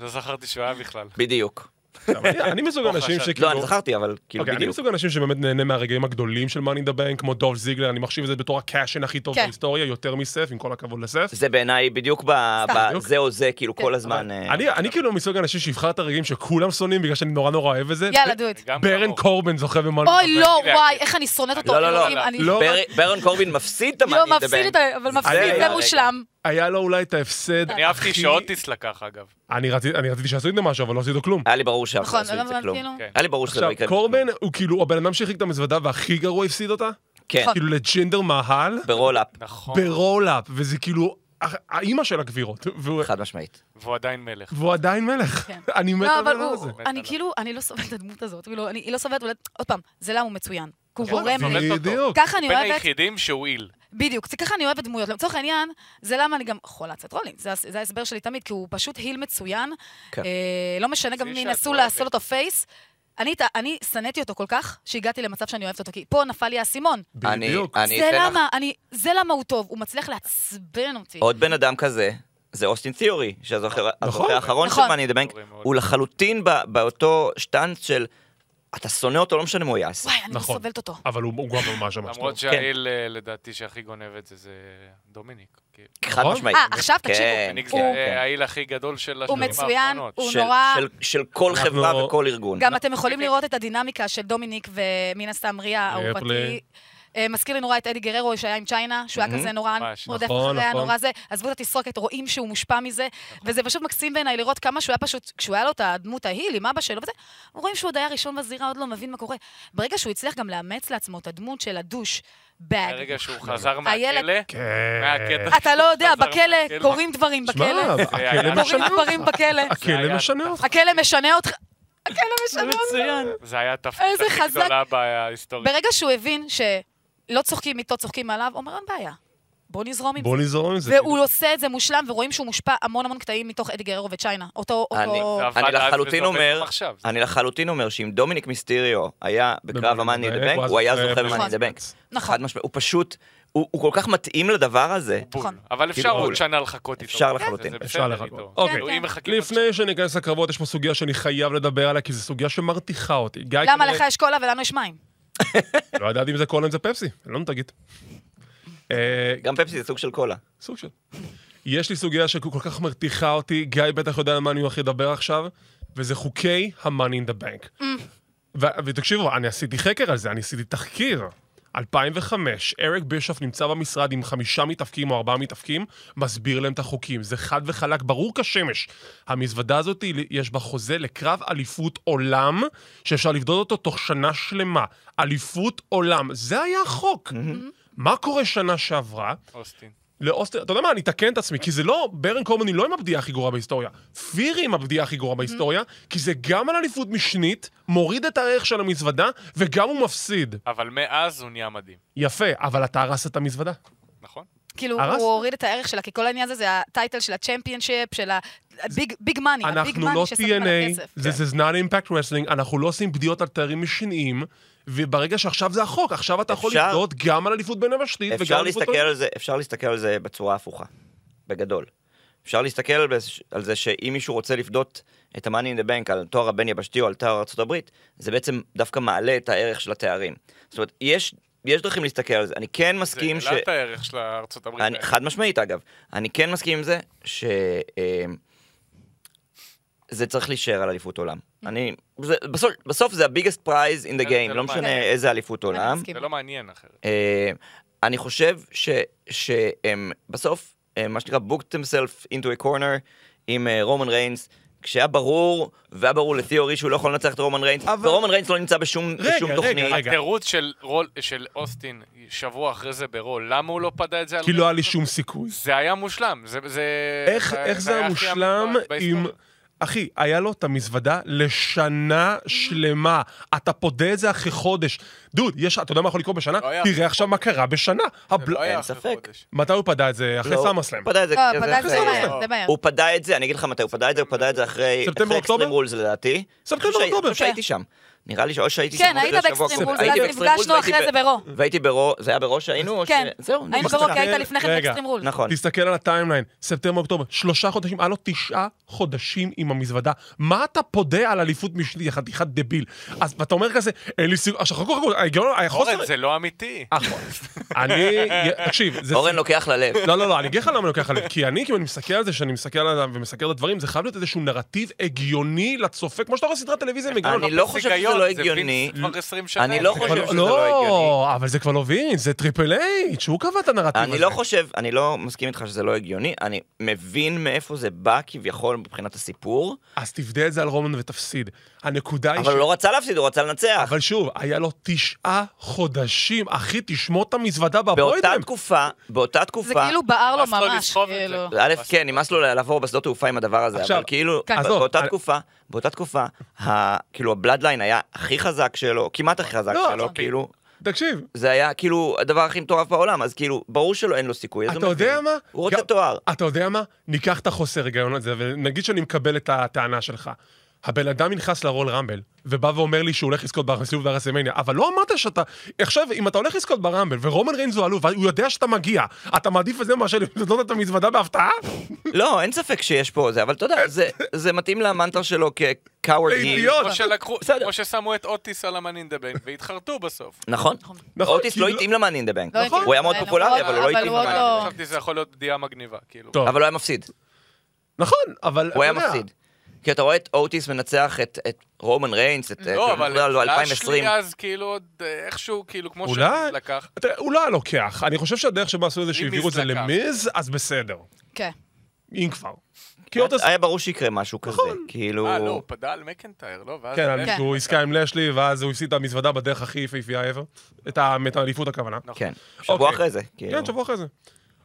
F: לא זכרתי שהוא היה בכלל.
G: בדיוק.
D: סתם, אני- אני מסוג
F: לא
D: האנשים
F: חשבתי.
D: שכאילו...
G: לא, אני זכרתי, אבל כאילו,
D: אוקיי, אני
G: בדיוק.
D: מסוג האנשים שבאמת נהנה מהרגעים הגדולים של מאני דה בנק, כמו דוב זיגלר, אני מחשיב את זה בתור הקאשן הכי טוב
E: כן.
D: בהיסטוריה, יותר מסף, עם כל הכבוד לסף.
G: זה בעיניי בדיוק ב- ב-
D: בדיוק.
G: זה או זה, כאילו, כל הזמן... אה,
D: אני אני כאילו מסוג האנשים שיבחר את הרגעים שכולם שונאים בגלל שאני נורא נורא אוהב את זה.
E: יאללה, לא. דו את זה.
F: גם
D: ברן
F: כמוך.
D: קורבן זוכה במאני דה
E: אוי,
D: בנק.
E: לא,
F: להגיד.
E: וואי, איך אני שונאת אותו.
G: לא, לא, לא,
E: אלוהים,
F: לא.
E: אני-
D: לא,
G: בר- ברון קורבין מפסיד את
E: לא,
G: המאני דה
E: מפסיד,
G: בנק.
E: את ה- אבל מפסיד,
G: היה
E: זה
G: הרגע.
E: מושלם.
D: היה לו אולי את ההפסד
F: אני אהבתי שאוטיס לקח, אגב.
D: אני רציתי- אני רציתי שיעשו איתו משהו, אבל לא עשו איתו כלום.
G: היה לי ברור שאף
E: נכון,
G: אחד לא
E: לא
G: עשו את זה
E: הבנתי,
G: כלום.
E: לא.
F: כן.
G: היה לי ברור שזה לא
D: עכשיו,
G: יקרה.
D: קורבן הוא כאילו הבן אדם שהרחיק את המזוודה והכי גרוע הפסיד אותה?
G: כן,
E: נכון.
D: כאילו לג'ינדר מהל,
G: ברולאפ,
F: נכון.
D: ברולאפ, וזה כאילו אח- האימא של הגבירות, והוא-
G: חד משמעית.
F: והוא עדיין מלך.
D: והוא עדיין מלך.
E: כן.
D: אני מת
E: לא,
D: על
E: אבל
D: הדבר
E: הוא,
D: הזה.
E: אני כאילו, אני לא סובלת את הדמות הזאת, כאילו, אני היא לא סובלת, אבל עוד פעם, זה למה הוא מצוין. כי
D: נכון,
E: הוא גורם
F: אבל-
E: לי.
F: אותו.
D: בדיוק.
E: ככה אני
F: בין
E: אוהבת,
F: היחידים שהוא איל.
G: כן.
E: בדיוק, זה ככה אני אוהבת דמויות. לצורך העניין, זה למה אני גם חולה קצת רולינס, זה הס- זה ההסבר שלי תמיד, כי הוא פשוט היל מצוין.
G: כן.
E: אה, לא משנה גם
F: זה
E: אם
F: שאת
E: ינסו
F: אוהבת.
E: לעשות אותו פייס. אני את ה- אני שנאתי אותו כל כך, שהגעתי למצב שאני אוהבת אותו, כי פה נפל לי האסימון.
G: אני
D: בדיוק.
G: אני
E: זה
G: אתן לך
E: למה, אני- זה למה הוא טוב, הוא מצליח לעצבן אותי.
G: עוד בן אדם כזה, זה אוסטין תיאורי, שהזוכה הזוכה האחרון של
E: נכון.
G: מאני דה בנק,
F: תיאורי מאוד.
G: הוא לחלוטין ב- באותו שטאנץ של אתה שונא אותו, לא משנה מה הוא יעשה.
E: וואי, אני לא
D: נכון.
E: סובלת אותו.
D: אבל הוא הוא גם ממש ממש טוב.
G: כן.
F: למרות שהאיל, אה, לדעתי, שהכי גונב את זה, זה דומיניק. כאילו.
G: חד
D: נכון?
G: משמעית.
E: אה, עכשיו תקשיבו.
G: כן,
F: אני-
G: כן,
F: זה
G: כן.
F: האיל הכי גדול של
E: הוא
F: השנים
E: מצוין,
F: האחרונות.
E: הוא
G: של-
E: נורא...
G: של- של כל
D: אנחנו-
G: חברה וכל ארגון.
E: גם אתם יכולים לראות את הדינמיקה של דומיניק ומן הסתם ריה,
D: ריה פלי.
E: אהובתי. אה, מזכיר לי נורא את אדי גררו שהיה עם צ'יינה, שהוא היה כזה נורא
F: ממש,
E: רודף
D: נכון,
E: אחריה,
D: נכון.
E: נורא זה. עזבו את התסרוקת, רואים שהוא מושפע מזה, וזה פשוט מקסים בעיניי לראות כמה שהוא היה פשוט, כשהוא היה לו את הדמות ההיל עם אבא שלו וזה, רואים שהוא עוד היה ראשון בזירה, עוד לא מבין מה קורה. ברגע שהוא הצליח גם לאמץ לעצמו את הדמות של הדוש, באג,
F: הרגע
G: לא,
F: שהוא חזר
E: הילד-
F: מהכלא,
D: כן.
F: מהקטע
E: אתה לא יודע,
F: חזר
E: בכלא
F: מהכלא.
E: קורים דברים,
D: שמע,
E: בכלא.
D: הכלא
F: היה-
E: קורים
D: משנה אותך.
E: דברים בכלא.
D: הכלא
F: היה-
D: משנה אותך.
E: הכלא משנה אותך. הכלא משנה אותך.
F: זה היה התפקיד
E: איזה
F: הכי
E: חזק.
F: גדולה בהיסטוריה.
E: ברגע שהוא הבין שלא צוחקים איתו, צוחקים עליו, הוא אומר, אין בעיה, בוא נזרום עם זה.
D: בוא נזרום עם זה.
E: והוא עושה את זה מושלם, ורואים שהוא מושפע המון המון קטעים מתוך אדי גררו וצ'יינה. אותו,
G: אני-
E: אותו...
F: זה
G: אני
F: עבד אז
G: לחלוטין
F: וזה עובד לא-
G: אומר,
F: גם עכשיו.
G: אני לחלוטין אומר שאם דומיניק מיסטריו היה בקרב
D: ב-Money in
G: המאני
D: the
G: דה
D: Bank, הוא
G: בנק,
D: אז
G: הוא היה
D: זוכה
G: זוכה
D: ב-Money in
G: במאני
E: the
G: דה בנק.
E: נכון.
G: חד משמעית, הוא פשוט, הוא הוא כל כך מתאים לדבר הזה.
E: נכון.
F: בול. אבל אפשר
G: כאילו,
F: עוד
G: בול.
F: שנה לחכות איתו.
G: אפשר
F: זה-
G: לחלוטין.
F: זה
D: אפשר
F: בסדר
D: לחכות.
F: איתו.
D: אוקיי.
F: כאילו, אם מחכים עוד
D: לפני שניכנס לקרבות, יש פה סוגיה שאני חייב לדבר עליה, כי זו סוגיה שמרתיחה אותי. גיא,
E: למה
D: כנראה-
E: לך יש קולה ולנו יש מים?
D: לא ידעתי אם זה קולה, אם זה פפסי. לא תגיד. אה,
G: גם פפסי זה סוג של קולה.
D: סוג של. יש לי סוגיה שכל כך מרתיחה אותי, גיא בטח יודע על מה אני הולך לדבר עכשיו, וזה חוקי ה-Money in the Bank. ו- ותקשיבו, אני עשיתי חקר על זה, אני עשיתי תחקיר. 2005, אריק בישוף נמצא במשרד עם חמישה מתאפקים או ארבעה מתאפקים, מסביר להם את החוקים. זה חד וחלק, ברור כשמש. המזוודה הזאת, יש בה חוזה לקרב אליפות עולם, שאפשר לבדוד אותו תוך שנה שלמה. אליפות עולם. זה היה החוק. מה קורה שנה שעברה?
F: אוסטין.
D: לאוסטר, אתה יודע מה, אני אתקן את עצמי, כי זה לא, ברן קורמן היא לא עם הבדיעה הכי גרועה בהיסטוריה. פירי עם הבדיעה הכי גרועה בהיסטוריה, כי זה גם על אליפות משנית, מוריד את הערך של המזוודה, וגם הוא מפסיד.
F: אבל מאז הוא נהיה מדהים,
D: יפה, אבל אתה הרסת את המזוודה.
F: נכון?
E: כאילו,
D: הרסת?
E: הוא הוריד את הערך שלה, כי כל העניין הזה זה הטייטל של הצ'מפיונשיפ, של הביג מאני, הביג
D: אנחנו
E: מאני
D: לא
E: ששמים על
D: TNA,
E: הכסף.
D: זה is not impact wrestling, אנחנו לא עושים בדיעות על תארים משניים, וברגע שעכשיו זה החוק, עכשיו אתה יכול
G: אפשר-
D: לבדות גם על אליפות בין המשנית, וגם
G: אפשר
D: על אליפות...
G: להסתכל על זה, אפשר להסתכל על זה בצורה הפוכה, בגדול. אפשר להסתכל על זה- על זה שאם מישהו רוצה לפדות את ה-Money in the Bank על תואר הבין יבשתי או על תואר ארה"ב, זה בעצם דווקא מעלה את הערך של התארים. זאת אומרת, יש, יש דרכים להסתכל על זה. אני כן
F: זה
G: מסכים ש...
F: העלה את הערך של ארצות הברית.
G: אני, חד משמעית אגב, אני כן מסכים עם זה ש... אה, זה צריך להישאר על אליפות עולם. אני, זה, בסוף, בסוף זה הביגסט פרייז in the
F: Mm-hmm. זה- זה
G: game,
F: לא
G: לא משנה
F: מעניין.
G: איזה אליפות עולם.
E: מסכימה.
F: זה לא מעניין אחרת.
G: אה, אני חושב ש, שהם בסוף, אה, מה שנקרא, booked themselves into a corner עם אה, רומן ריינס. כשהיה ברור, והיה ברור לתיאורי שהוא לא יכול לנצח את רומן ריינס,
D: אבל-
G: ורומן ריינס לא נמצא בשום,
D: רגע,
G: בשום
D: רגע,
G: תוכנית.
D: רגע.
F: התירוץ של, רול- של אוסטין שבוע אחרי זה ברול, למה הוא לא פדה את זה על...
D: כי לא היה לי שום סיכוי.
F: זה היה מושלם, זה... זה
D: איך,
F: היה-
D: איך זה
F: היה
D: היה
F: הכי
D: מושלם
F: אמיתי
D: עם...
F: בהיסטוריה.
D: אחי, היה לו את המזוודה לשנה שלמה. אתה פודה את זה אחרי חודש. דוד, יש, אתה יודע מה יכול לקרות בשנה?
F: לא היה
D: תראה עכשיו מה קרה בשנה. הבל...
F: לא היה אחרי
G: ספק.
F: חודש.
D: מתי הוא פדה את זה? אחרי
G: לא,
D: סאמרסלאם.
G: הוא פדע את זה-
E: לא,
G: זה
E: פדע את
G: אחרי-
E: זה מהר, זה מהר.
G: הוא פדע את זה, אני אגיד לך מתי הוא פדע את זה, הוא פדע את זה אחרי...
D: ספטמבר,
G: אחרי
D: אוקטובר?
G: Extreme Rules לדעתי.
D: ספטמבר,
G: אני חושב שהי-
D: אוקטובר. כן.
G: אני חושב שהייתי שם. נראה לי שאו שהייתי
E: כן,
G: שם או
E: היית
G: שזה שבוע
E: ב-Extreme
G: קודם.
E: Rules,
G: הייתי
E: ואז
G: ב-Extreme Rules,
E: נפגשנו
G: והייתי
E: אחרי
G: ב-
E: זה ברו.
G: והייתי ברו, זה היה ברו שהיינו, או ש-
E: כן,
G: זהו,
E: היינו
G: נפגשנו.
E: ברוק, כי היית לפני כן
D: רגע.
E: באקסטרים רול.
G: נכון.
D: תסתכל על הטיימליין, ספטמבר, אוקטובר, שלושה חודשים, היה לו תשעה חודשים עם המזוודה. מה אתה פודה על אליפות משנית, יא חתיכת דביל? אז ואתה אומר כזה, אין לי סיכוי, עכשיו חכו חכו, ההיגיון, החוסר...
F: אורן, זה לא אמיתי.
D: אח- אני, תקשיב, זה
G: אורן לוקח ללב.
D: לא, לא, לא, אני אגיד לך למה אני לוקח עליו, כי אני, כאילו, אני מסתכל על זה, שאני מסתכל על זה ומסתכל על הדברים, זה חייב להיות איזשהו נרטיב הגיוני לצופה, כמו שאתה רואה סדרת טלוויזיה עם היגיון.
G: אני לא חושב שזה
F: היגיון,
G: לא
F: זה
G: הגיוני.
F: וינס כבר 20 שנה.
G: אני לא
D: אבל-
G: חושב שזה לא הגיוני.
D: לא, אבל זה כבר לא וינס, זה טריפל אייץ', שהוא קבע את הנרטיב הזה.
G: אני לא חושב, אני לא מסכים איתך שזה לא הגיוני, אני מבין מאיפה זה בא כביכול מבחינת הסיפור,
D: אז תפדה את זה על רומן ותפסיד. הנקודה היא...
G: אבל
D: ש-
G: הוא לא רצה להפסיד, הוא רצה לנצח.
D: אבל שוב, היה לו תשעה חודשים, אחי, תשמוט את המזוודה
G: באותה
D: בבוידם.
G: תקופה, באותה תקופה...
E: זה כאילו בער לו
F: נמאס לו
E: ממש,
F: לסחוב את זה.
E: כאילו.
G: א', כן, נמאס לו לעבור בשדות תעופה עם הדבר הזה,
D: עכשיו,
G: אבל כאילו,
E: כן.
D: עזוב,
G: באותה
D: אני-
G: תקופה, באותה תקופה, ה- כאילו הבלאדליין היה הכי חזק שלו, כמעט הכי חזק
D: לא,
G: שלו,
D: אבל-
G: כאילו,
D: תקשיב,
G: זה היה כאילו הדבר הכי מטורף בעולם, אז כאילו, ברור שלא אין לו סיכוי, אז הוא
D: אתה יודע
G: מבין.
D: מה?
G: הוא רוצה
D: גם-
G: תואר.
D: אתה יודע מה? ניקח את החוסר היגיון הזה, ונגיד שאני מקבל את הטענה שלך. הבן אדם נכנס לרול רמבל, ובא ואומר לי שהוא הולך לזכות בסיבוב ברסלמניה, אבל לא אמרת שאתה... עכשיו, אם אתה הולך לזכות ברמבל, ורומן ריינס הוא עלוב, הוא יודע שאתה מגיע, אתה מעדיף את זה מאשר לבנות את המזוודה בהפתעה?
G: לא, אין ספק שיש פה זה, אבל אתה יודע, זה- זה מתאים למנטרה שלו כ-coward heel.
D: אידיוט!
F: כמו שלקחו,
G: בסדר.
F: כמו ששמו את אוטיס על המנינדבן והתחרטו בסוף.
G: נכון?
D: נכון,
G: אוטיס
D: כי
G: לא
D: לא-
G: התאים למאני אין דה בנק.
E: לא התאים
G: הוא היה מאוד
E: למאני, אבל-
G: פופולרי, אבל הוא לא
E: אבל
G: התאים
E: הוא עוד
G: למאני
E: לא-
G: אין דה בנק.
F: חשבתי שזה יכול להיות בדיעה מגניבה, כאילו.
D: טוב.
G: אבל הוא היה מפסיד.
D: נכון, אבל...
G: הוא היה
D: לא- אתה יודע,
G: מפסיד. כי אתה רואה את אוטיס מנצח את את רומן ריינס, את... אה,
F: לא, אבל
G: ב-2020.
F: השנייה אז כאילו עוד אה, איכשהו, כאילו, כמו
D: אולי...
F: שלקח.
D: תראה, הוא לא היה לוקח. אני חושב שהדרך שבה עשו את זה, שהעבירו את זה
F: לקח.
D: למיז, אז בסדר.
E: כן.
D: אם כבר. כי אוטוס...
G: היה ברור שיקרה משהו כזה,
D: נכון.
G: כאילו...
F: אה, לא, הוא פדה על מקנטייר, לא? ואז
D: כן,
F: על
D: על
E: כן.
D: שהוא עסקה עם לשלי, ואז הוא הפסיד את המזוודה בדרך הכי יפהפייה ever. את ה- את האליפות הכוונה.
G: כן.
D: אוקיי.
G: שבוע אחרי זה, כאילו.
D: כן, שבוע אחרי זה.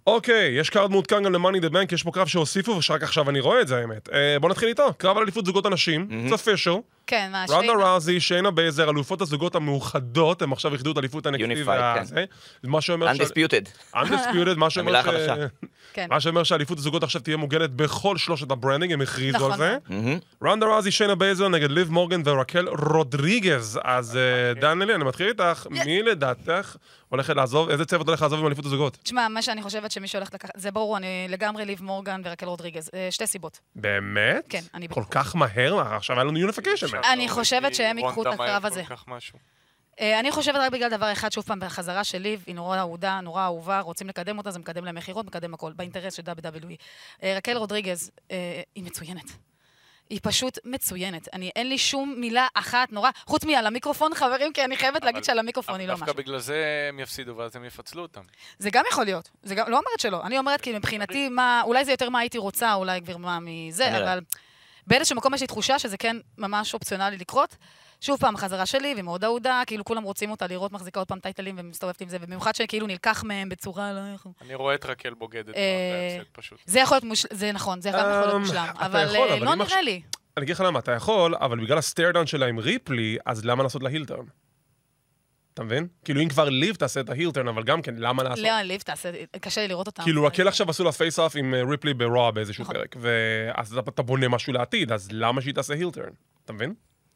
D: אוקיי, יש קארד מעודכן גם ל-Money in the Bank, יש פה קרב שהוסיפו, ושרק עכשיו אני רואה את זה, האמת. אה, בוא נתחיל איתו. קרב על אליפות זוגות הנשים, זה פישר,
E: כן, מה, שלי?
D: רונדה ראזי, שיינה בייזר, אלופות הזוגות המאוחדות, הם עכשיו איחדו את אליפות הנקטיב.
G: Unified, כן.
D: מה שאומר... ש-
G: undisputed.
D: Undisputed, מה שאומר
G: המילה
D: ש-
G: החדשה.
E: כן.
D: מה שאומר שאליפות הזוגות עכשיו תהיה מוגנת בכל שלושת הברנדינג, הם הכריזו על
E: נכון.
D: זה.
G: מהמם.
D: רונדה ראזי, שיינה בייזר נגד ליב מורגן ורקל רודריגז. אז אה,
E: אוקיי.
D: דנלי, אני מתחיל איתך. מי לדעתך הולכת לעזוב, איזה צוות הולך לעזוב עם אליפות הזוגות?
E: תשמע, מה שאני חושבת שמי שהולך לקחת, זה ברור, אני לגמרי ליב מורגן ורקל רודריגז. אה, שתי סיבות.
D: באמת?
E: כן, אני
D: כל
E: בטוחה.
D: כך מהר? עכשיו היה לנו יוניפיקיישן.
F: עכשיו
E: אני
F: לא
E: חושבת
F: ראיתי
E: שהם ייקחו את
F: רון דמאי
E: הקרב
F: כל
E: הזה.
F: כך משהו.
E: אה, אני חושבת רק בגלל דבר אחד, שוב פעם, בחזרה שלי, היא נורא אהודה, נורא אהובה, רוצים לקדם אותה, זה מקדם E. להם מכירות, מקדם הכל, באינטרס של WWE. אה, רקל רודריגז, אה, היא מצוינת. היא פשוט מצוינת. אני, אין לי שום מילה אחת נורא, חוץ מעל המיקרופון, חברים, כי אני חייבת להגיד שעל המיקרופון היא לא משהו.
F: דווקא בגלל זה הם יפסידו ואז הם יפצלו אותם.
E: זה גם יכול להיות. זה גם, לא אומרת שלא. אני אומרת, כי מבחינתי, מה, אולי זה יותר מה הייתי רוצה, אולי כבר מה מזה,
G: כנראה.
E: אבל באיזשהו מקום יש לי תחושה שזה כן ממש אופציונלי לקרות. שוב פעם, החזרה שלי, והיא מאוד אהודה, כאילו כולם רוצים אותה לראות, מחזיקה עוד פעם טייטלים ומסתובבת עם זה, ובמיוחד שכאילו נלקח מהם בצורה לא... איך-
F: אני רואה את רקל בוגדת,
E: אה,
F: זה הפסד פשוט.
E: זה יכול להיות מושלם, זה נכון, זה גם יכול להיות
D: אמ,
E: מושלם,
D: אתה
E: אבל
D: יכול,
E: אה,
D: אבל
E: לא
D: אם
E: נראה
D: עכשיו-
E: לי.
D: אני אגיד לך למה, אתה יכול, אבל בגלל הסטיירדאון שלה עם ריפלי, אז למה לעשות לה הילטרן? אתה מבין? כאילו, אם כבר ליב תעשה את ההילטרן, אבל גם כן, למה לעשות?
E: לאה ליב תעשה, קשה לי לראות אותה.
D: כאילו, רקל עכשיו עשו לה פייס-אף עם אה, ריפלי ברוע באיזשהו
E: נכון.
D: פרק, ואז אתה- אתה בונה משהו לעתיד, אז למה שהיא תעשה הילטרן? אתה מבין?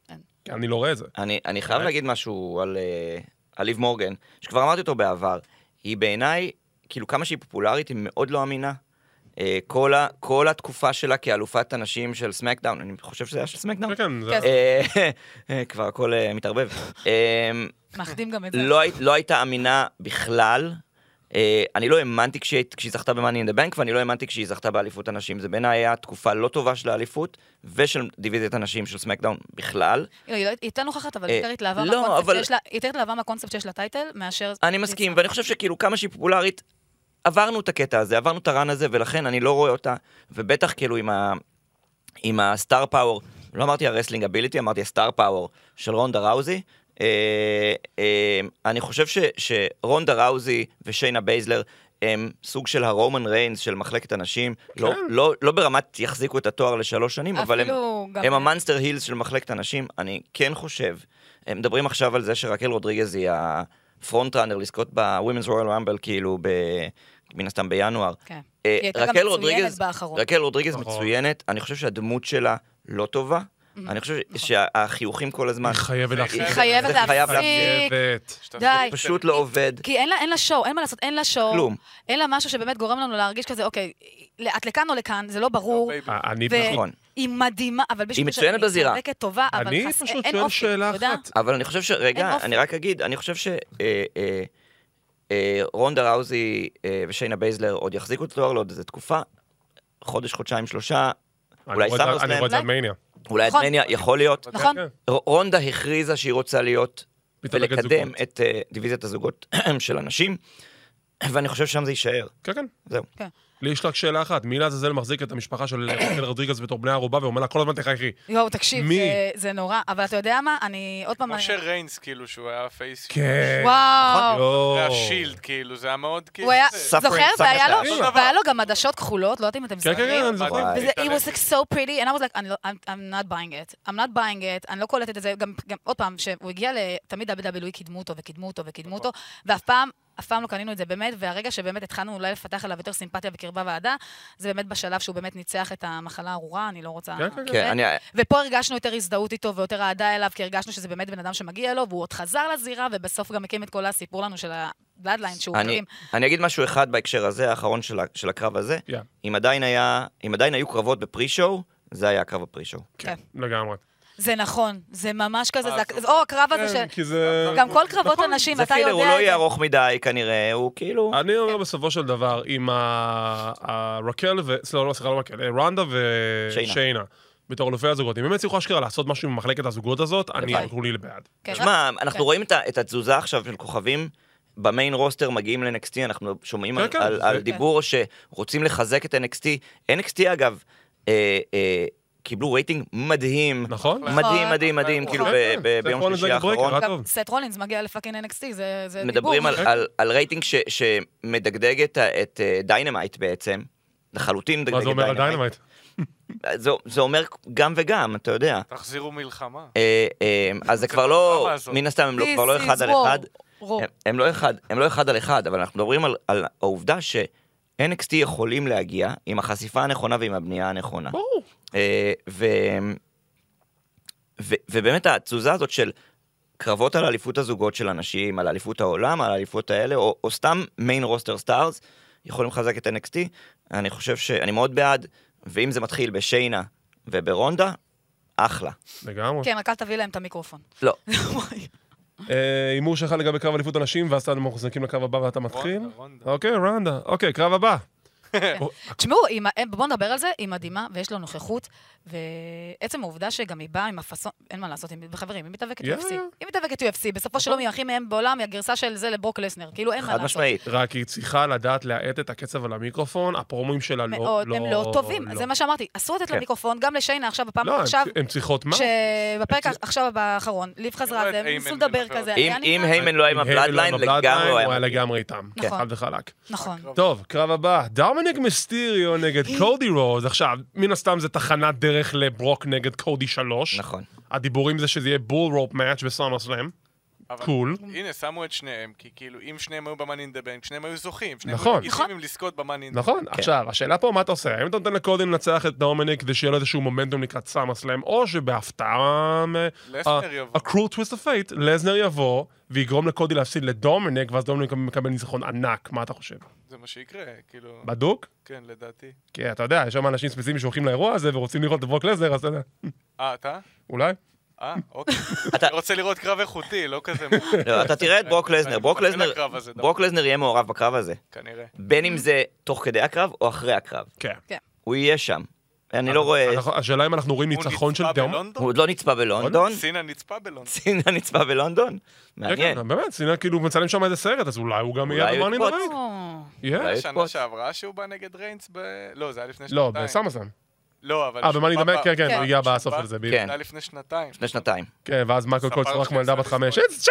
E: כן.
D: כי אני לא רואה את זה.
G: אני, אני חייב להגיד משהו על, אה, על ליב מורגן, שכבר אמרתי אותו בעבר. היא בעיניי, כאילו כמה שהיא פופולרית, היא מאוד לא אמינה. אה, כל, ה, כל התקופה שלה כאלופת הנשים של סמקדאון, אני חושב שזה היה של סמקדאון.
D: כן, כן, זה...
E: כן.
G: אה, אה, כבר הכל אה, מתערבב. אה,
E: מאחדים גם את זה.
G: לא, היית- לא הייתה אמינה בכלל. אה, אני לא האמנתי כשהיא, כשהיא זכתה ב-Money in the Bank, ואני לא האמנתי כשהיא זכתה באליפות הנשים. זה בעיניי היה תקופה לא טובה של האליפות, ושל דיוויזיית הנשים של סמקדאון בכלל.
E: לא, היא לא- היא הייתה נוכחת, אבל
G: אה,
E: היא יותר התלהבה
G: לא,
E: מהקונספט
G: אבל-
E: שיש לה- היא יותר התלהבה מהקונספט שיש לטייטל, מאשר...
G: אני מסכים, ואני חושב שכאילו כמה שהיא פופולרית, עברנו את הקטע הזה, עברנו את הרן הזה, ולכן אני לא רואה אותה, ובטח כאילו עם, ה, עם הסטאר פאוור, לא אמרתי הרסלינג אביליטי, אמרתי הסטאר פאוור של רונדה ראוזי. אה, אה, אני חושב ש, שרונדה ראוזי ושיינה בייזלר הם סוג של הרומן ריינס של מחלקת הנשים,
E: כן.
G: לא, לא, לא ברמת יחזיקו את התואר לשלוש שנים, אבל הם,
E: אפילו גם-
G: הם המאנסטר הילס של מחלקת הנשים, אני כן חושב, הם מדברים עכשיו על זה שרקל רודריגז היא הפרונט ראנר לזכות ב-Women's Royal Rumble, כאילו, ב... מן הסתם בינואר.
E: כן.
G: אה,
E: היא הייתה גם
G: רקל
E: מצוינת
G: רודריגז-
E: באחרון.
G: רקל רודריגז
D: נכון.
G: מצוינת, אני חושב שהדמות שלה לא טובה. אני חושב שהחיוכים כל הזמן,
D: היא חייבת להפסיק.
E: היא
D: את זה.
E: Mm-hmm. נכון. חייבת
G: זה חייב
E: אה, להפסיק.
D: חייבת.
F: שתעשה
E: די.
F: את זה.
G: פשוט לא עובד.
E: כי אין לה, אין לה שואו, אין מה לעשות, אין לה שואו.
G: כלום.
E: אין לה משהו שבאמת גורם לנו להרגיש כזה, אוקיי, את לכאן או לכאן, זה לא ברור.
F: בייבי.
D: אה, אני...
E: ו-
G: נכון.
E: היא מדהימה, אבל בשביל
G: מצוינת בזירה.
E: היא צודקת טובה, אבל
D: אני
E: חס-
D: פשוט
E: אין
D: שואל
E: אופי,
D: שאלה
E: אתה יודע?
D: אחת.
G: אבל אני חושב ש...
E: אין
G: רגע,
E: אופי.
G: אני רק אגיד, אני חושב ש... אה, אה, אה, רונדה ראוזי אה, ושיינה בייזלר עוד יחזיקו את התואר לעוד איזה תקופה, חודש, חודשיים, שלושה,
D: אני
G: אולי
D: רואה את זה- אני
G: סאמרסלאם,
D: רואה את זה על מניה.
G: אולי
E: נכון.
G: אדמניה, יכול להיות.
E: נכון?
D: כן.
G: ר- רונדה הכריזה שהיא רוצה להיות
D: מתאבקת
G: ולקדם
D: זוגות.
G: את אה, דיוויזיית הזוגות של הנשים, ואני חושב ששם זה יישאר.
D: כן, כן.
G: זהו.
E: כן.
D: לי יש רק שאלה אחת, מי לעזאזל מחזיק את המשפחה של רחל רודריגז בתור בני ערובה ואומר לה כל הזמן תחייכי.
E: יואו, תקשיב,
D: כן. מי?
E: זה- זה נורא, אבל אתה יודע מה, אני עוד פעם...
F: כמו שריינס, כאילו, שהוא היה פייס...
D: כן.
E: וואו.
D: יואו.
F: זה השילד, כאילו, זה היה מאוד כאילו...
E: הוא היה,
F: זה.
G: Suffering,
E: זוכר? והיה לו-
G: suffering.
E: והיה לו גם עדשות כחולות, לא יודעת אם אתם
D: לא, כן, כן, כן, אני זוכר.
G: וואי.
E: וזה, he was like so pretty, and I was like, "אני לא- I'm, I'm not buying it, I'm not buying it, אני לא קולטת את זה, גם, גם עוד פעם, שהוא הגיע לתמיד WWE, E קידמו אותו וקידמו אותו וקידמו
D: נכון.
E: אותו, ואף פעם, אף פעם לא קנינו את זה באמת, והרגע שבאמת התחלנו אולי לפתח אליו יותר סימפתיה וקרבה ועדה, זה באמת בשלב שהוא באמת ניצח את המחלה הארורה, אני לא רוצה...
D: כן, כן, כן.
G: כן, אני...
E: ופה הרגשנו יותר הזדהות איתו ויותר אהדה אליו, כי הרגשנו שזה באמת בן אדם שמגיע לו, והוא עוד חזר לזירה, ובסוף גם הקים את כל הסיפור לנו של ה-bloodline שהוא
G: אני,
E: הקים.
G: אני אגיד משהו אחד בהקשר הזה, האחרון של, ה- של הקרב הזה.
D: Yeah.
G: אם, עדיין היה, אם עדיין היו קרבות בפרי-שואו, זה היה הקרב בפרי-שואו.
E: כן.
D: לגמרי.
E: זה נכון, זה ממש כזה,
F: אה,
E: זה-
F: טוב.
E: זה- או הקרב הזה
D: כן,
E: של...
D: כי זה...
E: גם כל קרבות הנשים,
G: זה
E: אתה יודע...
G: פילר, הוא
E: את
G: לא
E: זה.
G: יהיה ארוך מדי כנראה, הוא כאילו...
D: אני אומר בסופו של דבר, עם ה- ה- רקל ו... סליחה, לא, סליחה, לא רקל, אה, רנדה
G: שיינה.
D: ושיינה. בתור אלופי הזוגות. אם הם יצליחו אשכרה לעשות משהו עם מחלקת הזוגות הזאת, אני
E: לבד.
D: כולי לבעד.
E: כן, רק-
G: תשמע, אנחנו
E: כן.
G: רואים את ה- את התזוזה עכשיו של כוכבים. במיין רוסטר מגיעים ל-NXT, אנחנו שומעים
D: כן,
G: על,
D: כן,
G: על,
D: זה-
G: על דיבור שרוצים לחזק את NXT. NXT אגב, אה, אה, קיבלו רייטינג מדהים.
D: נכון?
G: מדהים, מדהים, מדהים,
F: נכון.
G: כאילו ב-
D: כן, כן.
G: ב-
D: אתה
G: ביום
D: יכול
G: שלישי
D: לדייק ברקר,
G: האחרון.
D: רק
E: גם
D: טוב.
E: סט רולינס מגיע לפאקינג NXT, זה זה דיבור.
G: מדברים על,
D: אוקיי.
G: על, על רייטינג ש, שמדגדג את, ה- את אה, דיינמייט בעצם, לחלוטין מדגדג
D: מה
G: את
D: זה אומר על דיינמייט?
G: זה, זה אומר גם וגם, אתה יודע.
F: תחזירו מלחמה.
G: אה, אה, אז זה כבר לא,
F: מה לעשות?
G: מן הסתם הם לא,
E: This
G: כבר לא
E: is
G: אחד על
E: war.
G: אחד.
E: war.
G: הם, הם, לא אחד. הם לא אחד על אחד, אבל אנחנו מדברים על, על העובדה ש... NXT יכולים להגיע עם החשיפה הנכונה ועם הבנייה הנכונה.
D: ברור.
G: אה, ו... ו... ובאמת התזוזה הזאת של קרבות על אליפות הזוגות של אנשים, על אליפות העולם, על האליפות האלה, או, או סתם מיין רוסטר סטארס, יכולים לחזק את NXT. אני חושב שאני מאוד בעד, ואם זה מתחיל בשיינה וברונדה, אחלה.
D: לגמרי.
E: כן, רק אל תביא להם את המיקרופון.
G: לא,
D: אה, הימור שלך לגבי קרב אליפות הנשים, ואז אתם מחוזקים לקרב הבא ואתה מתחיל?
F: רונדה, רונדה.
D: אוקיי, רנדה. אוקיי, קרב הבא.
E: תשמעו, היא מה- בואו נדבר על זה, היא מדהימה, ויש לה נוכחות, ועצם העובדה שגם היא באה עם הפאסון, אין מה לעשות, היא- חברים, היא מתאבקת
D: Yeah. נכון.
E: UFC. היא מתאבקת UFC, בסופו של יום היא הכי מהם בעולם, היא הגרסה של זה לברוק לסנר, כאילו אין מה
G: חד
E: לעשות.
G: משמעית.
D: רק היא צריכה לדעת להאט את הקצב על המיקרופון, הפרומים שלה לא...
E: מאוד, הם לא טובים,
D: לא.
E: זה מה שאמרתי. אסור לתת
G: כן.
E: למיקרופון, גם לשיינה עכשיו, בפעם
D: לא,
E: עכשיו,
D: הם- הם צריכות מה?
E: שבפרק
D: הם צ-
E: עכשיו האחרון, ליב חזרה על
F: אני
E: זה,
F: רואה את
E: הם ניסו
F: איימן
E: לדבר
F: מדבר.
E: כזה.
G: אם
E: היה
G: אם
E: נראה-
G: היימן לא היה עם
D: אם הם לא
G: הפלאדליין,
D: עם הבלאדליין,
G: לגמרי הוא
D: הוא היה
G: היה...
D: לגמרי איתם.
E: כן.
D: חד וחלק.
E: נכון.
D: טוב, קרב הבא, דרמניק מיסטיריו נגד
F: אה.
D: קודי רוז. עכשיו, מן הסתם זה תחנת דרך לברוק נגד קודי 3.
G: נכון.
D: הדיבורים זה שזה יהיה בול רופ מאץ' בסאמר סלאם.
F: אבל-
D: קול.
F: הנה, שמו את שניהם, כי כאילו, אם שניהם היו במאני נדבר, אם שניהם היו זוכים, שניהם
D: נכון.
F: היו גיסים לזכות במאני נדבר.
D: נכון, עכשיו, השאלה פה מה אתה עושה, האם אתה נותן לקודי לנצח את דומניק כדי שיהיה לו איזשהו מומנטום לקראת סאמר סלאם, או שבהפתעה... אה,
F: לסנר יבוא.
D: A cruel twist of fate, לזנר יבוא, ויגרום לקודי להפסיד לדומניק, ואז דומניק מקבל ניצחון ענק, מה אתה חושב?
F: זה מה שיקרה, כאילו,
D: בדוק?
F: כן, לדעתי.
D: כי אתה יודע, יש שם אנשים ספציפיים שהולכים לאירוע הזה ורוצים לראות את ברוק לזנר, אז אתה יודע,
F: אה, אתה?
D: אולי?
F: אה, אוקיי.
G: אתה-
F: אני רוצה לראות קרב איכותי, לא כזה,
G: לא, אתה תראה את ברוק
F: אני
G: לזנר.
F: מתפעל
G: ברוק לזנר-
F: לקרב הזה Mm. דווקא.
G: ברוק לזנר יהיה מעורב בקרב הזה.
F: כנראה.
G: בין אם זה תוך כדי הקרב או אחרי הקרב.
D: כן.
G: הוא יהיה שם. אני
D: נכון,
G: לא רואה...
D: אנחנו- השאלה אם אנחנו רואים
F: הוא
D: ניצחון של
F: נצפה
D: דומניק.
F: בלונדון?
G: הוא עוד לא נצפה בלונדון.
F: סינה נצפה בלונדון.
G: סינה נצפה בלונדון.
D: כן,
G: מעניין.
D: כן, באמת, סינה כאילו מצלם שם איזה סרט, אז אולי הוא גם
G: אולי
D: יהיה
G: הוא
D: במאני
G: יקפוץ.
D: נדבר.
E: או,
D: יהיה.
G: אולי-
F: שנה
G: פוץ.
F: שעברה שהוא בא נגד ריינס ב... לא, זה היה לפני
D: לא,
F: שנתיים.
D: בסאמר סלאם.
F: לא, אבל...
D: אה,
F: שהוא
D: במאני
F: בא-
D: נדבר, כן, כן,
E: כן.
D: הוא הגיע
F: שהוא
D: בסוף
F: בא-
D: של זה, בדיוק.
G: כן.
F: זה היה לפני שנתיים.
G: לפני שנתיים.
D: כן, ואז מאקו קול
F: ספר
D: צורח כמו
F: לכם
D: ילדה בת
F: סטטיסט
D: חמש,
F: בוי.
D: "It's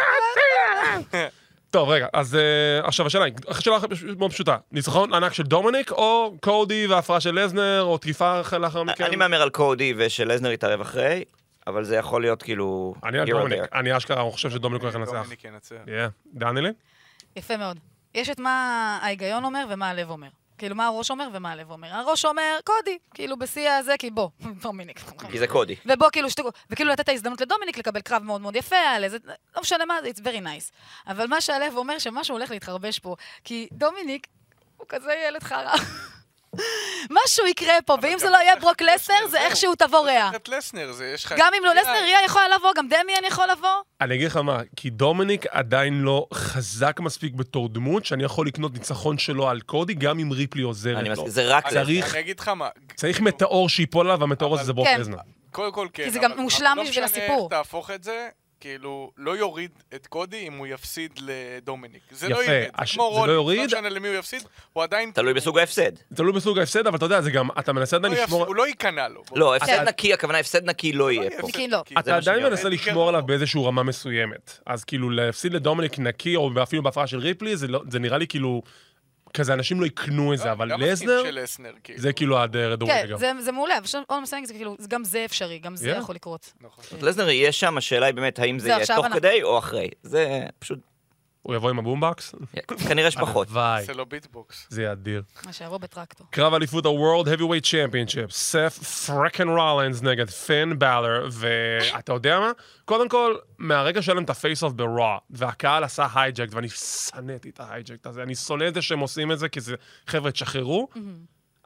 D: Johnson!" טוב, רגע, אז אה, עכשיו השאלה, היא- השאלה מאוד פשוטה, ניצחון ענק של דומניק, או קודי והפרעה של לזנר, או תקיפה אחרי- לאחר מכן?
G: אני מהמר על קודי ושלזנר יתערב אחרי, אבל זה יכול להיות כאילו...
D: אני על
G: here or
D: דומניק,
G: there.
D: אני אשכרה חושב שדומניק הולך לנצח.
F: דומיניק ינצח.
D: כן. דניאלי?
E: יפה מאוד. יש את מה ההיגיון אומר ומה הלב אומר. כאילו, מה הראש אומר ומה הלב אומר. הראש אומר, קודי, כאילו, בשיא הזה, כי בוא, דומיניק.
G: כי זה קודי.
E: ובוא, כאילו, שתגו, וכאילו לתת את ההזדמנות לדומיניק לקבל קרב מאוד מאוד יפה, על איזה, לא משנה מה, it's very nice. אבל מה שהלב אומר, שמשהו הולך להתחרבש פה, כי דומיניק הוא כזה ילד חרא. משהו יקרה פה, ואם זה
F: גם
E: לא יהיה
F: צריך
E: ברוק
F: את
E: לסנר, זה
F: זהו.
E: איכשהו תבוא ריאה.
F: צריך את כן. לסנר, זה יש לך...
E: גם אם לא
F: ריאה.
E: לסנר, ריאה יכולה לבוא, גם דמיאן יכול לבוא.
D: אני אגיד לך מה, כי דומיניק עדיין לא חזק מספיק בתור דמות, שאני יכול לקנות ניצחון שלו על קודי, גם אם ריפלי עוזרת
G: אני
D: לו.
G: מסכים, זה רק
F: אני-
G: לזנר.
D: לא. צריך-
F: אני אגיד לך מה...
D: צריך מטאור שייפול עליו, והמטאור הזה זה ברוק
E: כן.
D: לזנר.
F: קודם כל כן.
E: כי זה גם
F: אבל-
E: מושלם
F: אבל
E: בשביל
F: לא משנה
E: הסיפור.
F: איך תהפוך את זה, כאילו, לא יוריד את קודי אם הוא יפסיד לדומיניק. זה לא
D: יפה,
F: יוריד.
D: הש-
F: כמו
D: זה לא
F: רולינס,
D: יוריד.
F: לא משנה למי הוא יפסיד, הוא עדיין...
G: תלוי בסוג ההפסד.
D: תלוי בסוג ההפסד, אבל אתה יודע, זה גם, אתה מנסה
F: הוא
D: עדיין
F: לא יפסיד,
D: לשמור...
F: הוא לא ייכנע לו.
G: לא, הפסד
E: כן.
G: נקי, הכוונה הפסד נקי לא יהיה
F: אוקיי.
G: פה.
E: נקי לא.
D: אתה
G: מה שאני
D: עדיין
G: אומר.
D: מנסה לשמור
F: גרוע.
D: עליו באיזושהי רמה מסוימת. אז כאילו, להפסיד לדומיניק נקי, או אפילו בהפרעה של ריפלי, זה לא- זה נראה לי כאילו... כזה אנשים לא יקנו את זה, אבל לזנר,
F: של לסנר, כאילו.
D: זה כאילו הדרדור
E: כן,
D: רגע.
E: זה- זה מעולה, אבל עוד מסוים זה כאילו, זה- גם זה אפשרי, גם זה
D: Yeah.
E: יכול לקרות.
F: נכון.
G: לזנר יהיה שם, השאלה היא באמת, האם זה
E: זה
G: יהיה
E: עכשיו
G: תוך
E: אנחנו-
G: כדי או אחרי. זה פשוט,
D: הוא יבוא עם הבומבקס?
G: כנראה שפחות.
D: וואי,
F: זה לא ביטבוקס.
D: זה יהיה אדיר.
E: מה שיבוא בטרקטור.
D: קרב אליפות ה-World Heavyweight Championship, סף פרקן רולינס נגד פין בלר, ואתה יודע מה? קודם כל, מהרגע שהיה להם את הפייס-אוף ברוע, והקהל עשה הייג'קט, ואני שנאתי את ההייג'קט הזה, אני שונא את זה שהם עושים את זה, כי זה, חבר'ה, תשחררו.
F: Mm-hmm.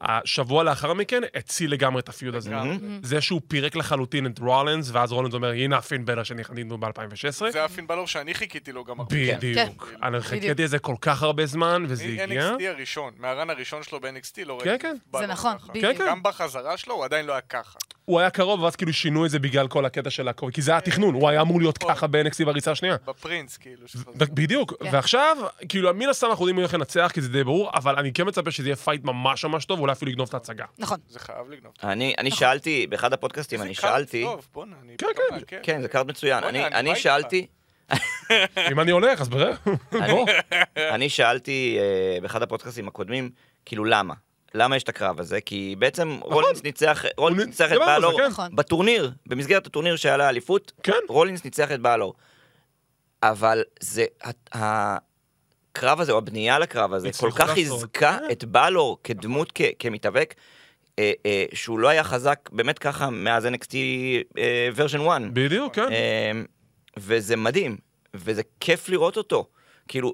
D: השבוע לאחר מכן הציל לגמרי את הפיוד הזה.
F: Mm-hmm.
D: זה שהוא פירק לחלוטין את רולינס, ואז רולינס אומר, הנה הפין בלר שניחדנו ב-2016.
F: זה הפין בלור שאני חיכיתי לו גם הרבה.
D: בדיוק.
F: כן.
D: אני חיכיתי לזה כל כך הרבה זמן, וזה הגיע.
F: NXT הראשון, מהרן הראשון שלו ב-NXT לא ראיתי.
D: כן.
F: בא
E: זה
F: לו
E: נכון,
F: ככה.
E: בדיוק.
D: כן.
F: גם בחזרה שלו הוא עדיין לא היה ככה.
D: הוא היה קרוב, ואז כאילו שינו את זה בגלל כל הקטע של הקובי, כי זה היה תכנון, הוא היה אמור להיות ככה ב-NXT בריצה השנייה.
F: בפרינס, כאילו. שחזר.
D: ו- בדיוק,
G: כן.
D: ועכשיו, כאילו, מן הסתם אנחנו יודעים מי הולך לנצח, כי זה די ברור, אבל אני כן מצפה שזה יהיה פייט ממש ממש טוב, אולי אפילו לגנוב את ההצגה.
E: נכון.
F: זה חייב לגנוב.
G: אני אני שאלתי, באחד הפודקאסטים אני
F: נכון. זה קארד
G: שאלתי,
F: טוב, בואנה, אני... לא
D: כן,
F: פתאום
D: כן.
F: מעכל.
G: כן, זה קארד מצוין.
F: בוא'נה,
G: אני-
F: אני
G: אני
F: בא
G: שאלתי,
D: אם אני הולך, אז ברר, בוא.
G: אני שאלתי אה, באחד הפודקאסטים הקודמים, כאילו למה? למה יש את הקרב הזה? כי בעצם רולינס ניצח רולינס
D: נ-
G: ניצח את
D: נכון. דיברנו על זה,
G: בלור
D: כן.
E: נכון.
G: בטורניר, במסגרת הטורניר שהיה לאליפות,
D: כן.
G: רולינס ניצח את בלור. אבל זה, ה- הקרב הזה, או הבנייה לקרב הזה, כל
D: הצליחו
G: כך
D: לעשות.
G: חיזקה את בלור כדמות, כ- כמתאבק, אה, אה, שהוא לא היה חזק באמת ככה מאז NXT אה, version 1.
D: בדיוק, כן.
G: אמ, וזה מדהים, וזה כיף לראות אותו. כאילו,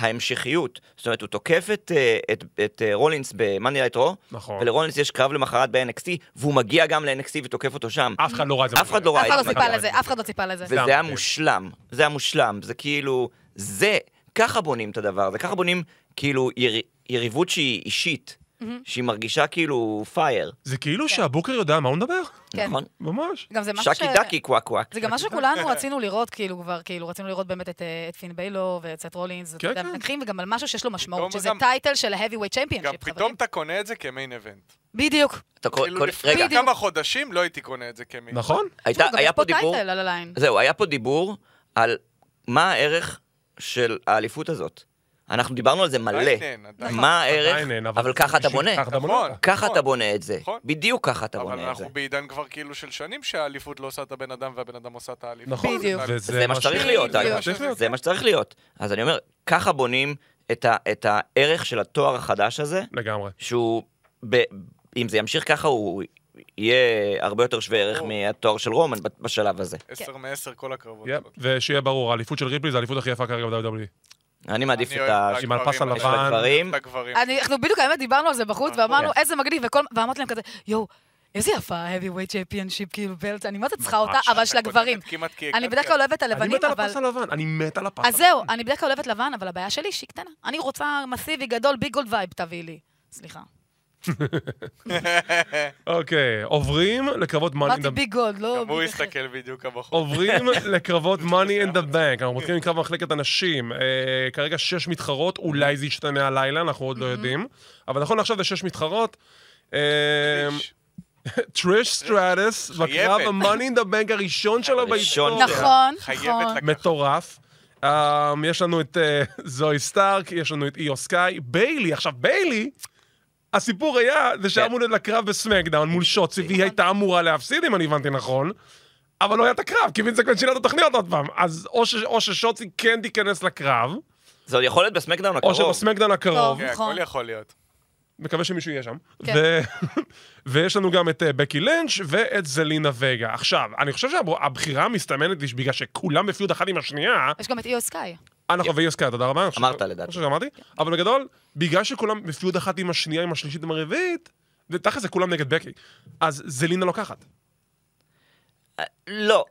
G: וההמשכיות, זאת אומרת, הוא תוקף את, אה, את, את אה, רולינס במאני לייט רו,
D: נכון.
G: ולרולינס יש קרב למחרת ב-NXT, והוא מגיע גם ל-NXT ותוקף אותו שם.
D: אף אחד לא ראה את זה.
G: אף אחד לא ראה
E: אף
G: את
E: אחד לא
G: זה.
E: ציפה לזה, אף אחד לא ציפה לזה.
G: וזה היה
D: כן.
G: מושלם, זה היה מושלם, זה כאילו, זה, ככה בונים את הדבר הזה, ככה בונים כאילו יר, יריבות שהיא אישית. שהיא מרגישה כאילו פייר,
D: זה כאילו שהבוקר יודע מה הוא מדבר,
E: כן.
G: נכון?
D: ממש.
E: גם זה משהו
G: שקי דקי קוואק קוואק.
E: זה גם משהו
D: כן.
E: שכולנו רצינו לראות, כאילו, כבר, כאילו, רצינו לראות באמת את, אה, את פין ביילו ואת סט רולינס,
D: כן,
E: אתה יודע,
D: כן.
E: מתנגחים, וגם על משהו שיש לו משמעות,
F: פתאום
E: שזה
F: גם-
E: טייטל כן, של ה-Heavyweight Championship,
F: גם
E: חברים.
F: פתאום אתה קונה את זה כמיין איבנט.
E: בדיוק.
G: אתה כל-
F: כאילו
G: כל-
F: לפני
G: רגע,
F: כמה חודשים לא הייתי קונה את זה כמיין.
D: נכון?
G: הייתה-
E: תשמעו, גם
G: היה
E: יש
G: פה דיבור,
E: טייטל על הליין.
G: זהו, היה פה דיבור על מה הערך של האליפות הזאת. אנחנו דיברנו על זה מלא.
F: עדיין אין, עדיין.
G: מה הערך,
D: עדיין אין,
G: אבל ככה אתה
D: בשביל-
G: בונה.
D: ככה אתה
F: נכון.
D: בונה.
G: ככה
F: נכון.
G: אתה בונה את זה.
F: נכון.
G: בדיוק ככה אתה
F: אבל
G: בונה את זה.
F: אנחנו בעידן כבר כאילו של שנים שהאליפות לא עושה את הבן אדם והבן אדם עושה את האליפות.
D: נכון.
E: בדיוק.
D: וזה
G: זה מה שצריך להיות,
D: זה
G: אגב.
D: מה שצריך להיות.
G: זה מה שצריך להיות. אז אני אומר, ככה בונים את ה- את הערך של התואר החדש הזה,
D: לגמרי.
G: שהוא, ב- אם זה ימשיך ככה, הוא יהיה הרבה יותר שווה ערך
F: ברור.
G: מהתואר של רומן ב- בשלב הזה.
F: עשר
E: כן.
F: מעשר כל הקרבות.
D: יפ,
F: הזאת.
D: ושיהיה ברור, האליפות של ריפלי זה האליפות הכי יפה כרגע ב-WWE.
G: אני מעדיף
F: אני
G: את
F: אוהב
G: ה...
F: את
D: עם הפס
F: הגברים,
D: הלבן.
F: אני אוהב
G: הגברים.
F: את הגברים.
E: אני- אנחנו בדיוק, האמת, דיברנו על זה בחוץ,
F: נכון.
E: ואמרנו,
F: כן.
E: איזה מגניב, וכל- ואמרתי להם כזה, יואו, איזה יפה ה-Heavyweight Championship, כאילו, בלט, אני מאוד צריכה אותה, אבל של
F: הקודמת
E: הגברים.
F: כמעט כי
E: אני
F: הגעתי
E: בדרך כלל
F: לה.
E: אוהבת את
D: אני
E: הלבנים,
D: מת על
E: אבל...
D: הפס הלבן, אני מת על הפס
E: אז
D: הלבן.
E: זהו, אני בדרך כלל אוהבת לבן, אבל הבעיה שלי שהיא קטנה. אני רוצה מסיבי, גדול, ביג גולד וייב, תביאי לי. סליחה.
D: אוקיי, עוברים לקרבות money in
E: אמרתי
D: the...
E: ביג גולד, לא
F: גם הוא
E: ביג אחר.
F: הסתכל בדיוק
G: אוקיי.
F: הבחור.
D: עוברים לקרבות money in the bank. אנחנו מתחילים עם קרב מחלקת הנשים. אה, כרגע שש מתחרות, אולי זה ישתנה הלילה, אנחנו עוד לא יודעים. אבל נכון לעכשיו זה שש מתחרות. אה,
G: אמ-
F: איש.
D: טריש סטרטס, בקרב
F: חייבת.
D: ה-Money in the Bank הראשון שלה
G: הראשון
D: בהיסטוריה.
E: נכון,
F: חייבת
E: נכון.
F: לקחת.
D: מטורף. Um, יש לנו את uh, זוהי סטארק, יש לנו את איו סקאי, ביילי, עכשיו ביילי, הסיפור היה, זה שהיה
G: כן.
D: אמור להיות לה קרב בסמקדאון מול
E: נכון.
D: שוצי, והיא הייתה אמורה להפסיד, אם אני הבנתי נכון, אבל לא היה את הקרב, כי וינסקמן שינה את התוכניות עוד פעם. אז או, ש, או ששוצי כן תיכנס לקרב,
G: זה עוד יכול להיות בסמקדאון
D: או
G: הקרוב.
D: שבסמקדאון הקרוב,
E: טוב.
F: כן,
E: נכון.
F: הכל יכול להיות.
D: מקווה שמישהו יהיה שם.
E: כן.
D: ו... ויש לנו גם את אה, בקי לינץ' ואת זלינה וגה. עכשיו, אני חושב שהבחירה המסתמנת היא בגלל שכולם בפיוד אחת עם השנייה,
E: יש גם את איו סקאי.
D: אנחנו ויוס קאט, תודה רבה. אני חושב-
G: אמרת,
D: אני
G: לדעתי.
D: חושב שאמרתי. אבל בגדול, בגלל שכולם בפיוד אחת עם השנייה, עם השלישית, עם הרביעית, ותכל'ס זה כולם נגד בקי. אז זלינה לוקחת.
G: לא.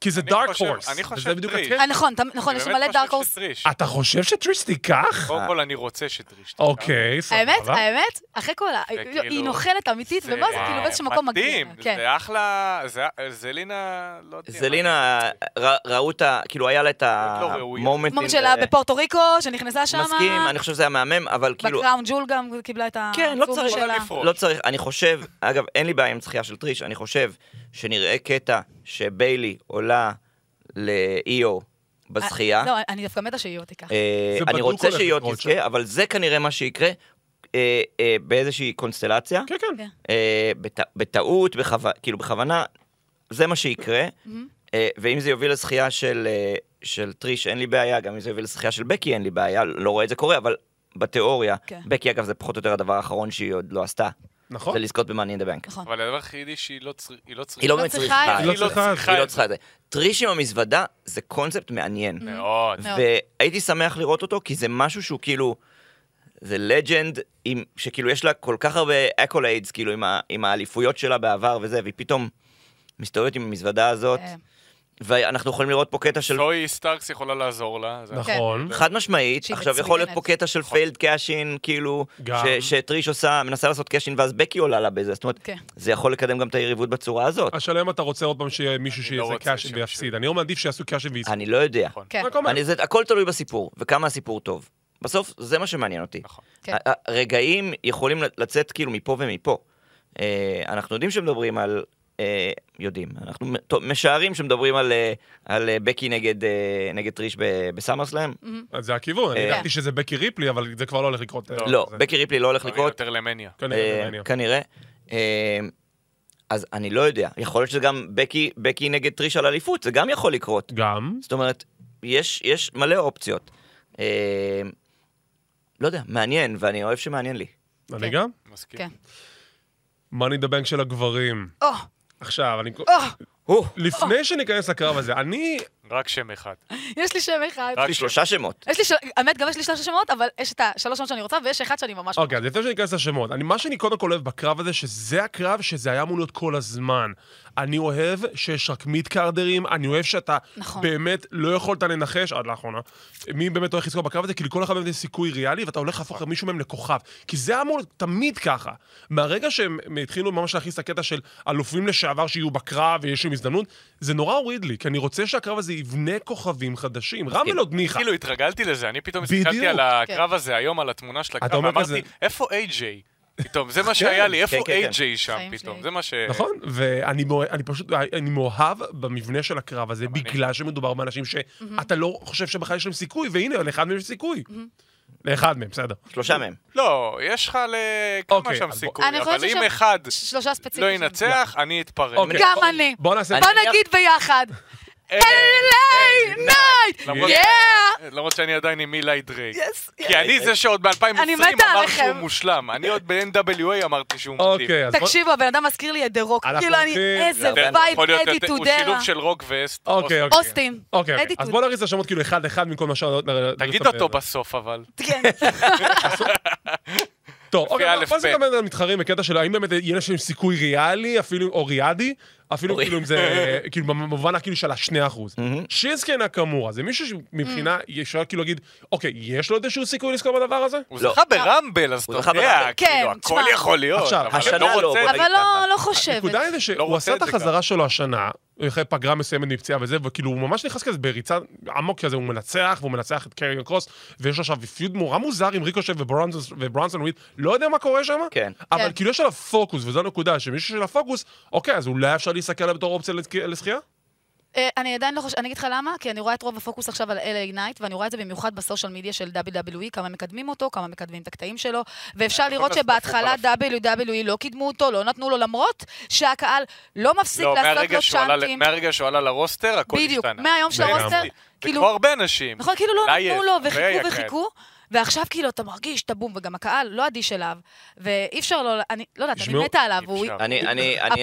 D: כי זה
F: אני
D: דארק
F: חושב-
D: הורס.
F: אני חושב טריש.
E: אה, נכון, אתה- נכון,
F: כן. אני
E: יש
F: באמת
E: מלא
F: חושב
E: דארק הורס.
F: שטריש.
G: אה.
D: אתה חושב שטריס תיקח?
F: קודם כל אני רוצה שטריש. תיקח.
D: אוקיי,
E: האמת,
D: סבבה.
E: האמת, אחרי כל ה...
F: זה
E: היא
F: כאילו-
E: נוכלת אמיתית, ומה זה כאילו באיזשהו מקום מגיע.
F: מדהים,
E: כן.
F: זה אחלה, זה- זלינה, לא
G: כן,
F: יודע.
G: זלינה, ר- ראו את ה... כאילו, היה לה את
F: לא ראויים.
G: המומנטים.
E: כמו שלה
G: ו-
E: בפורטו ריקו, שנכנסה שם.
G: מסכים, אני חושב שזה היה מהמם, אבל כאילו...
E: בקראון ג'ול גם קיבלה את ה...
G: כן, לא
E: זום
G: צריך,
E: שלה.
F: לפרוש.
G: לא צריך, אני חושב, אגב, אין לי בעיה עם זכייה של טריש, אני חושב שנראה קטע שביילי עולה לאיו בזכייה.
E: לא, אני דווקא מתה שהיא לא תיקח.
G: אה,
D: זה
G: אני
D: בדוק
G: רוצה
D: הולך
G: שאיו
D: לקרות
G: תזכה, אבל זה כנראה מה שיקרה אה, אה, באיזושהי קונסטלציה.
D: כן, כן.
G: אה, בטע- בטעות, בכו- כאילו בכוונה, זה מה שיקרה.
E: Mm-hmm.
G: אה, ואם זה יוביל לזכייה של, אה, של טריש, אין לי בעיה, גם אם זה יוביל לזכייה של בקי, אין לי בעיה, לא רואה את זה קורה, אבל בתיאוריה,
E: כן.
G: בקי אגב זה פחות או יותר הדבר האחרון שהיא עוד לא עשתה,
D: נכון.
G: זה לזכות ב-Money in the Bank.
E: נכון.
F: אבל הדבר היחידי שהיא לא צריכה, היא לא צריכה.
G: היא לא
E: לא
G: באמת
E: צריכה
G: צריכה,
D: היא
E: את
G: היא
D: לא צריכה את זה.
G: לא- היא לא צריכה את זה. טריש עם המזוודה זה קונספט מעניין,
F: מאוד.
E: מאוד.
G: והייתי שמח לראות אותו, כי זה משהו שהוא כאילו, זה לג'נד, עם- שכאילו יש לה כל כך הרבה אקוליידס, כאילו עם ה- עם האליפויות שלה בעבר וזה, והיא פתאום מסתובבת עם המזוודה הזאת,
E: אה.
G: ואנחנו יכולים לראות פה קטע של
F: זוהי סטארקס יכולה לעזור לה. זה-
D: נכון.
G: חד משמעית,
E: שהיא
G: עכשיו יכול
E: מצוינת.
G: להיות פה קטע של פיילד קאשין, כאילו,
D: גם.
G: ש- שטריש עושה, מנסה לעשות קאשין ואז בקי עולה לה בזה, זאת אומרת,
E: כן.
G: זה יכול לקדם גם את היריבות בצורה הזאת,
D: השאלה אם אתה רוצה עוד פעם שיהיה מישהו
F: אני
D: שיהיה
F: לא
D: איזה
F: רוצה
D: קאשן
F: שהם
D: ויפסיד.
F: יפסידו.
D: אני לא מעדיף שיעשו קאשן ויפסיד.
G: אני לא יודע.
F: נכון.
E: כן.
D: רק אומר,
G: אני, זה, הכל תלוי בסיפור, וכמה הסיפור טוב. בסוף, זה מה שמעניין אותי.
F: נכון.
D: אה,
E: כן.
G: ה- ה- רגעים יכולים ל- לצאת כאילו מפה ומפה. אה, אנחנו יודעים שמדברים על... אה, יודעים, אנחנו מ- טוב, משערים שמדברים על, אה, על אה, בקי נגד, אה, נגד טריש ב- בסאמרסלאם.
D: אז זה הכיוון. אני
G: אה.
D: ידעתי שזה בקי ריפלי, אבל זה כבר לא הולך לקרות. אה,
G: לא,
D: זה-
G: בקי ריפלי לא הולך
F: דברים
G: לקרות,
F: יותר למניה.
E: כן.
D: כנראה,
G: אה,
D: מעניין.
G: כנראה. אה, אז אני לא יודע, יכול להיות שזה גם בקי, בקי נגד טריש על אליפות, זה גם יכול לקרות.
D: גם.
G: זאת אומרת, יש, יש מלא אופציות. אה, לא יודע, מעניין, ואני אוהב שמעניין לי.
D: אני
E: כן.
D: גם.
F: מסכים.
E: כן.
D: money in the bank של הגברים.
E: או,
D: עכשיו, אני...
E: או,
G: הו,
D: לפני שניכנס לקרב הזה, אני...
F: רק שם אחד.
E: יש לי שם אחד.
G: יש לי שלושה שמות.
E: יש לי של... האמת, גם יש לי שלושה שמות, אבל יש את השלוש שמות שאני רוצה, ויש אחד שאני ממש...
D: אוקיי, אז לפני שניכנס לשמות, אני, מה שאני קודם כל אוהב בקרב הזה, שזה הקרב שזה היה אמור להיות כל הזמן. אני אוהב שיש רק מיד קארדרים, אני אוהב שאתה
E: נכון.
D: באמת לא יכולת לנחש, עד לאחרונה, מי באמת הולך לזכור בקרב הזה, כי לכל אחד באמת יש סיכוי ריאלי, ואתה הולך להפוך מישהו מהם לכוכב. כי זה אמור להיות תמיד ככה. מהרגע שהם התחילו ממש להכניס את הקטע של אלופים לשעבר שיהיו בקרב ויש להם הזדמנות, זה נורא הוריד לי, כי אני רוצה שהקרב הזה יבנה כוכבים חדשים. רמבל עוד ניחא.
F: כאילו התרגלתי לזה, אני פתאום הסתכלתי
D: בדיוק.
F: על
E: כן.
F: הקרב הזה היום, על התמונה של הקרב,
D: אומר
F: ואמרתי,
D: כזה-
F: איפה איי-ג'יי? פתאום, זה מה שהיה לי, איפה
G: כן, כן, כן.
F: איי-ג'יי שם
E: חיים
F: פתאום?
E: שלי.
F: זה מה ש...
D: נכון, ואני מאוה- אני פשוט, אני מאוהב במבנה של הקרב הזה, בגלל שמדובר באנשים שאתה לא חושב שבכלל יש להם סיכוי, והנה, לאחד מהם יש סיכוי. לאחד מהם, בסדר.
G: שלושה מהם.
F: לא, יש לך לכמה
D: אוקיי,
F: שם
D: אז
F: סיכוי,
E: אני חושבת
F: אבל אם
E: ששם-
F: אחד
E: ש- שלושה ספציפיים.
F: לא ינצח, אני אתפרק.
D: אוקיי.
E: גם אני.
D: בוא נעשה...
G: אני-
E: בוא נגיד ביחד.
F: אה,
E: LA night!
F: למרות-
E: Yeah!
F: למרות שאני עדיין עם אילי דרייק.
E: Yes,
F: כי אני זה שעוד
E: אני
F: ב-2020
E: מתה
F: אמר שהוא
E: עליכם.
F: מושלם. אני עוד ב-NWA אמרתי שהוא מדהים.
D: אוקיי, אז בוא...
E: תקשיבו, הבן אדם מזכיר לי את דה רוק.
D: אנחנו
E: כאילו, אני...
D: הולכים-
E: איזה
G: זה
E: וייב,
F: כן, יכול להיות
E: אדי
F: יותר- הוא
E: טודרה.
F: שילוב של רוק ואסט.
D: אוקיי, אוקיי.
E: אוסטין.
D: אוקיי, אוקיי.
E: אדי
D: אז
E: טודרה.
D: בוא נריץ את השמות כאילו אחד-אחד במקום השאר...
F: תגיד אותו בסוף אבל.
E: כן.
D: טוב, אוקיי,
F: א',
D: בוא נסתכל
F: ב'.
D: באמת על המתחרים בקטע של האם באמת יהיה להם סיכוי ריאלי, אפילו, או ריאדי, אפילו
G: אורי.
D: כאילו אם זה, כאילו במובן כאילו של השני אחוז. שינסקי נקמורה, זה מישהו שמבחינה, אפשר כאילו להגיד, אוקיי, יש לו איזשהו סיכוי לזכור בדבר הזה?
F: הוא
G: לא.
F: זכה ברמבל, אז אתה
G: הוא זכה
F: יודע,
G: ברמבל.
E: כן,
F: כאילו, הכל
E: תשמע.
F: יכול להיות.
D: עכשיו,
F: אבל
G: השנה
F: לא
G: לא,
F: רוצה
G: בוא
F: את זה.
E: אבל לא,
G: ככה.
E: לא חושבת.
D: הנקודה היא זה שהוא
F: כן. רוצה
D: עשה
F: את
D: את
F: זה
D: החזרה שלו השנה, אחרי פגרה מסוימת מפציעה וזה, וכאילו הוא ממש נכנס כזה בריצה עמוק כזה, הוא מנצח, והוא מנצח את קריון קרוס, ויש לו עכשיו פיוד נורא מוזר עם ריקושב וברונזון- וברונסון וויד, לא יודע מה קורה שם,
G: כן.
D: אבל
E: כן.
D: כאילו יש עליו פוקוס, וזו הנקודה, שמישהו של הפוקוס, אוקיי, אז אולי אפשר להסתכל עליו בתור אופציה לזכי- לזכייה?
E: אה, אני עדיין לא חושבת, אני אגיד לך למה, כי אני רואה את רוב הפוקוס עכשיו על LA Knight, ואני רואה את זה במיוחד בסושיאל מדיה של WWE, כמה מקדמים אותו, כמה מקדמים את הקטעים שלו, ואפשר לראות
F: לעשות
E: שבהתחלה WWE לא קידמו אותו, לא נתנו לו, למרות שהקהל לא מפסיק
F: לא,
E: לעשות
F: מהרגע
E: לו
F: שהוא עלה ל-
E: צ'אנטים.
F: מהרגע שהוא עלה לרוסטר, הכל השתנה.
E: בדיוק, מהיום של
D: לגמרי.
E: הרוסטר,
F: וכמו
E: כאילו,
F: הרבה אנשים.
E: נכון, כאילו לא
F: לייב,
E: נתנו לו,
F: והיה
E: וחיכו
F: כאלה.
E: וחיכו, ועכשיו כאילו אתה מרגיש את הבום, וגם הקהל לא אדיש אליו, ואי אפשר לא, אני לא יודעת, אני
D: תשמעו,
E: מתה עליו,
F: אי
E: הוא-
F: אפשר.
G: אני, אני, אני...